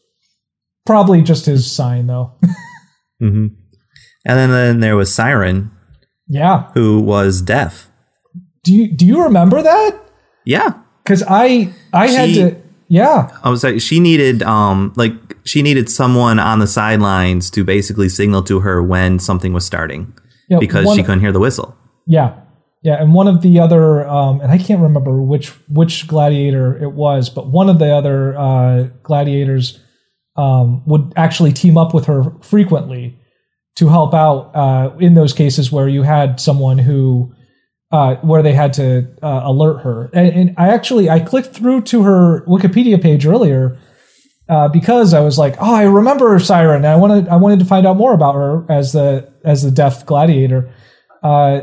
Speaker 2: Probably just his sign, though.
Speaker 3: hmm And then, then there was Siren,
Speaker 2: yeah.
Speaker 3: who was deaf.
Speaker 2: Do you do you remember that?
Speaker 3: Yeah,
Speaker 2: Because I I had
Speaker 3: She-
Speaker 2: to. Yeah.
Speaker 3: I was like, she needed um like she needed someone on the sidelines to basically signal to her when something was starting
Speaker 2: yeah
Speaker 3: because
Speaker 2: one-
Speaker 3: she couldn't hear the whistle.
Speaker 2: Yeah. Yeah, and one of the other, um, and I can't remember which which gladiator it was, but one of the other uh, gladiators um, would actually team up with her frequently to help out uh, in those cases where you had someone who, uh, where they had to uh, alert her. And, and I actually I clicked through to her Wikipedia page earlier uh, because I was like, oh, I remember Siren. And I wanted I wanted to find out more about her as the as the deaf gladiator. Uh,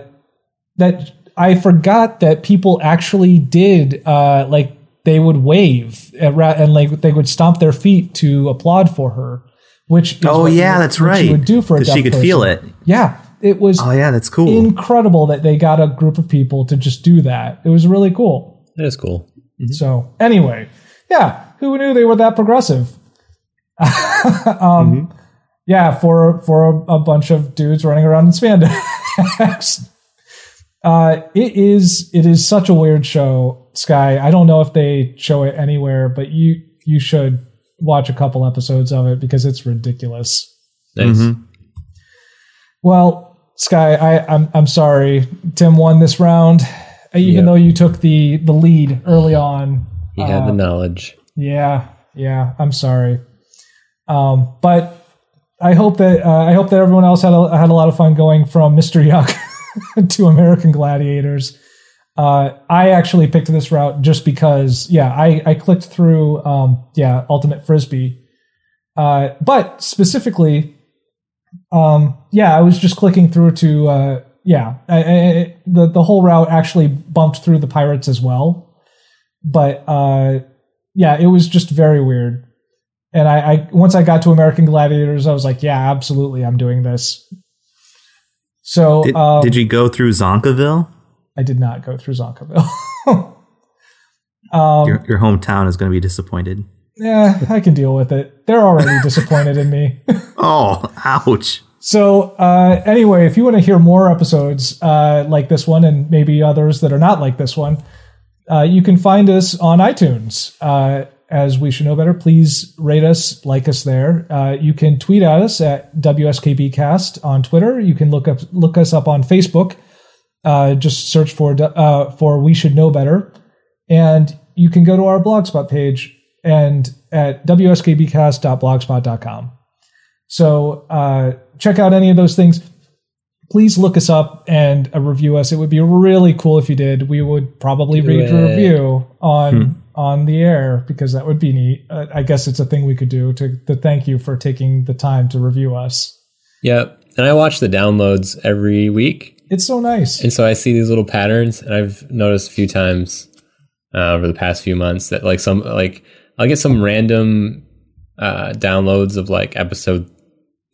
Speaker 2: that I forgot that people actually did uh, like they would wave and, ra- and like they would stomp their feet to applaud for her, which is
Speaker 3: Oh
Speaker 2: what
Speaker 3: yeah,
Speaker 2: you-
Speaker 3: that's
Speaker 2: what
Speaker 3: right.
Speaker 2: She would do for a
Speaker 3: 'Cause
Speaker 2: deaf
Speaker 3: she could
Speaker 2: person.
Speaker 3: feel it.
Speaker 2: Yeah, it was
Speaker 3: Oh yeah, that's cool.
Speaker 2: incredible that they got a group of people to just do that. It was really cool.
Speaker 1: That is cool.
Speaker 2: So anyway, yeah, who knew they were that progressive? um, Yeah, for for a, a bunch of dudes running around in spandex. uh, it is it is such a weird show, Sky. I don't know if they show it anywhere, but you you should watch a couple episodes of it because it's ridiculous.
Speaker 1: Nice.
Speaker 3: Mhm.
Speaker 2: Well, Sky, I, I'm I'm sorry. Tim won this round, even
Speaker 1: Yep.
Speaker 2: though you took the the lead early on.
Speaker 1: He had the knowledge.
Speaker 2: Yeah, yeah. I'm sorry, um, but I hope that uh, I hope that everyone else had a, had a lot of fun going from Mister Yuck to American Gladiators. Uh, I actually picked this route just because, yeah, I, I clicked through, um, yeah, Ultimate Frisbee. Uh, but specifically, um, yeah, I was just clicking through to, uh, yeah, I, I, I- the, the whole route actually bumped through the pirates as well. But, uh, yeah, it was just very weird. And I, I once I got to American Gladiators, I was like, yeah, absolutely, I'm doing this. So
Speaker 3: Did,
Speaker 2: um,
Speaker 3: did you go through Zonkaville?
Speaker 2: I did not go through Zonkaville. um,
Speaker 3: your, your hometown is going to be disappointed.
Speaker 2: yeah, I can deal with it. They're already disappointed in me.
Speaker 3: Oh, ouch.
Speaker 2: So uh, anyway, if you want to hear more episodes uh, like this one and maybe others that are not like this one, uh, you can find us on iTunes. Uh, as we should know better, please rate us, like us there. Uh, you can tweet at us at WSKBcast on Twitter. You can look up look us up on Facebook. Uh, just search for uh, for We Should Know Better, and you can go to our blogspot page and at wskbcast.blogspot.com. So uh, check out any of those things. Please look us up and uh, review us. It would be really cool if you did. We would probably read your
Speaker 1: it. Hmm.
Speaker 2: review on on the air because that would be neat. Uh, I guess it's a thing we could do to, to thank you for taking the time to review us.
Speaker 1: Yep. And I watch the downloads every week.
Speaker 2: It's so nice.
Speaker 1: And so I see these little patterns, and I've noticed a few times uh, over the past few months that like some like I'll get some random uh, downloads of like episode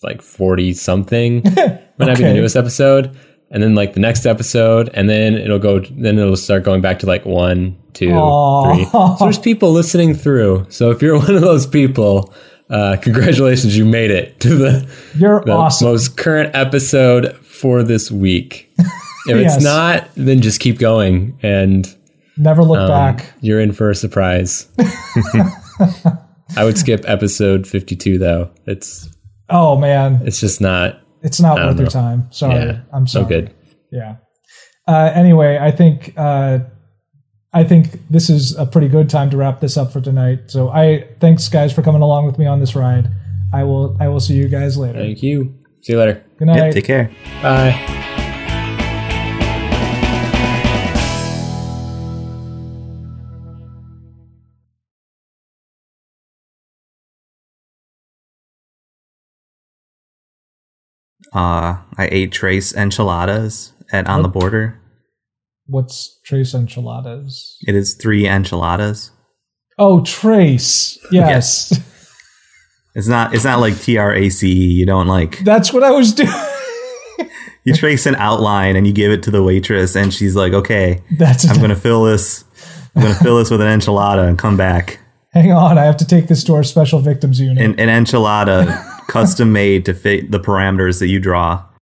Speaker 1: like forty something might not be the
Speaker 2: Okay.
Speaker 1: newest episode, and then like the next episode, and then it'll go. Then it'll start going back to like one, two,
Speaker 2: Aw.
Speaker 1: three. So there's people listening through. So if you're one of those people, uh, congratulations, you made it to the,
Speaker 2: You're
Speaker 1: the
Speaker 2: awesome.
Speaker 1: most current episode for this week. If
Speaker 2: Yes.
Speaker 1: it's not, then just keep going, and
Speaker 2: Never look
Speaker 1: um,
Speaker 2: back.
Speaker 1: you're in for a surprise. I would skip episode 52 though. It's
Speaker 2: Oh man,
Speaker 1: it's just not
Speaker 2: it's not worth your
Speaker 1: know.
Speaker 2: time. Sorry,
Speaker 1: yeah,
Speaker 2: I'm sorry.
Speaker 1: so good.
Speaker 2: Yeah. Uh, anyway, I think uh, I think this is a pretty good time to wrap this up for tonight. So I thanks guys for coming along with me on this ride. I will I will see you guys later.
Speaker 1: Thank you. See you later.
Speaker 2: Good night.
Speaker 3: Yep, take care.
Speaker 1: Bye.
Speaker 3: Uh, I ate Trace enchiladas at On the Border.
Speaker 2: What's trace enchiladas?
Speaker 3: It is three enchiladas.
Speaker 2: Oh, trace. Yes.
Speaker 3: It's not. It's not like T R A C E. You don't like.
Speaker 2: That's what I was doing.
Speaker 3: You trace an outline and you give it to the waitress, and she's like, "Okay,
Speaker 2: That's
Speaker 3: I'm gonna fill this. I'm gonna fill this with an enchilada and come back.
Speaker 2: hang on. I have to take this to our special victims unit.
Speaker 3: An, an enchilada, custom made to fit the parameters that you draw.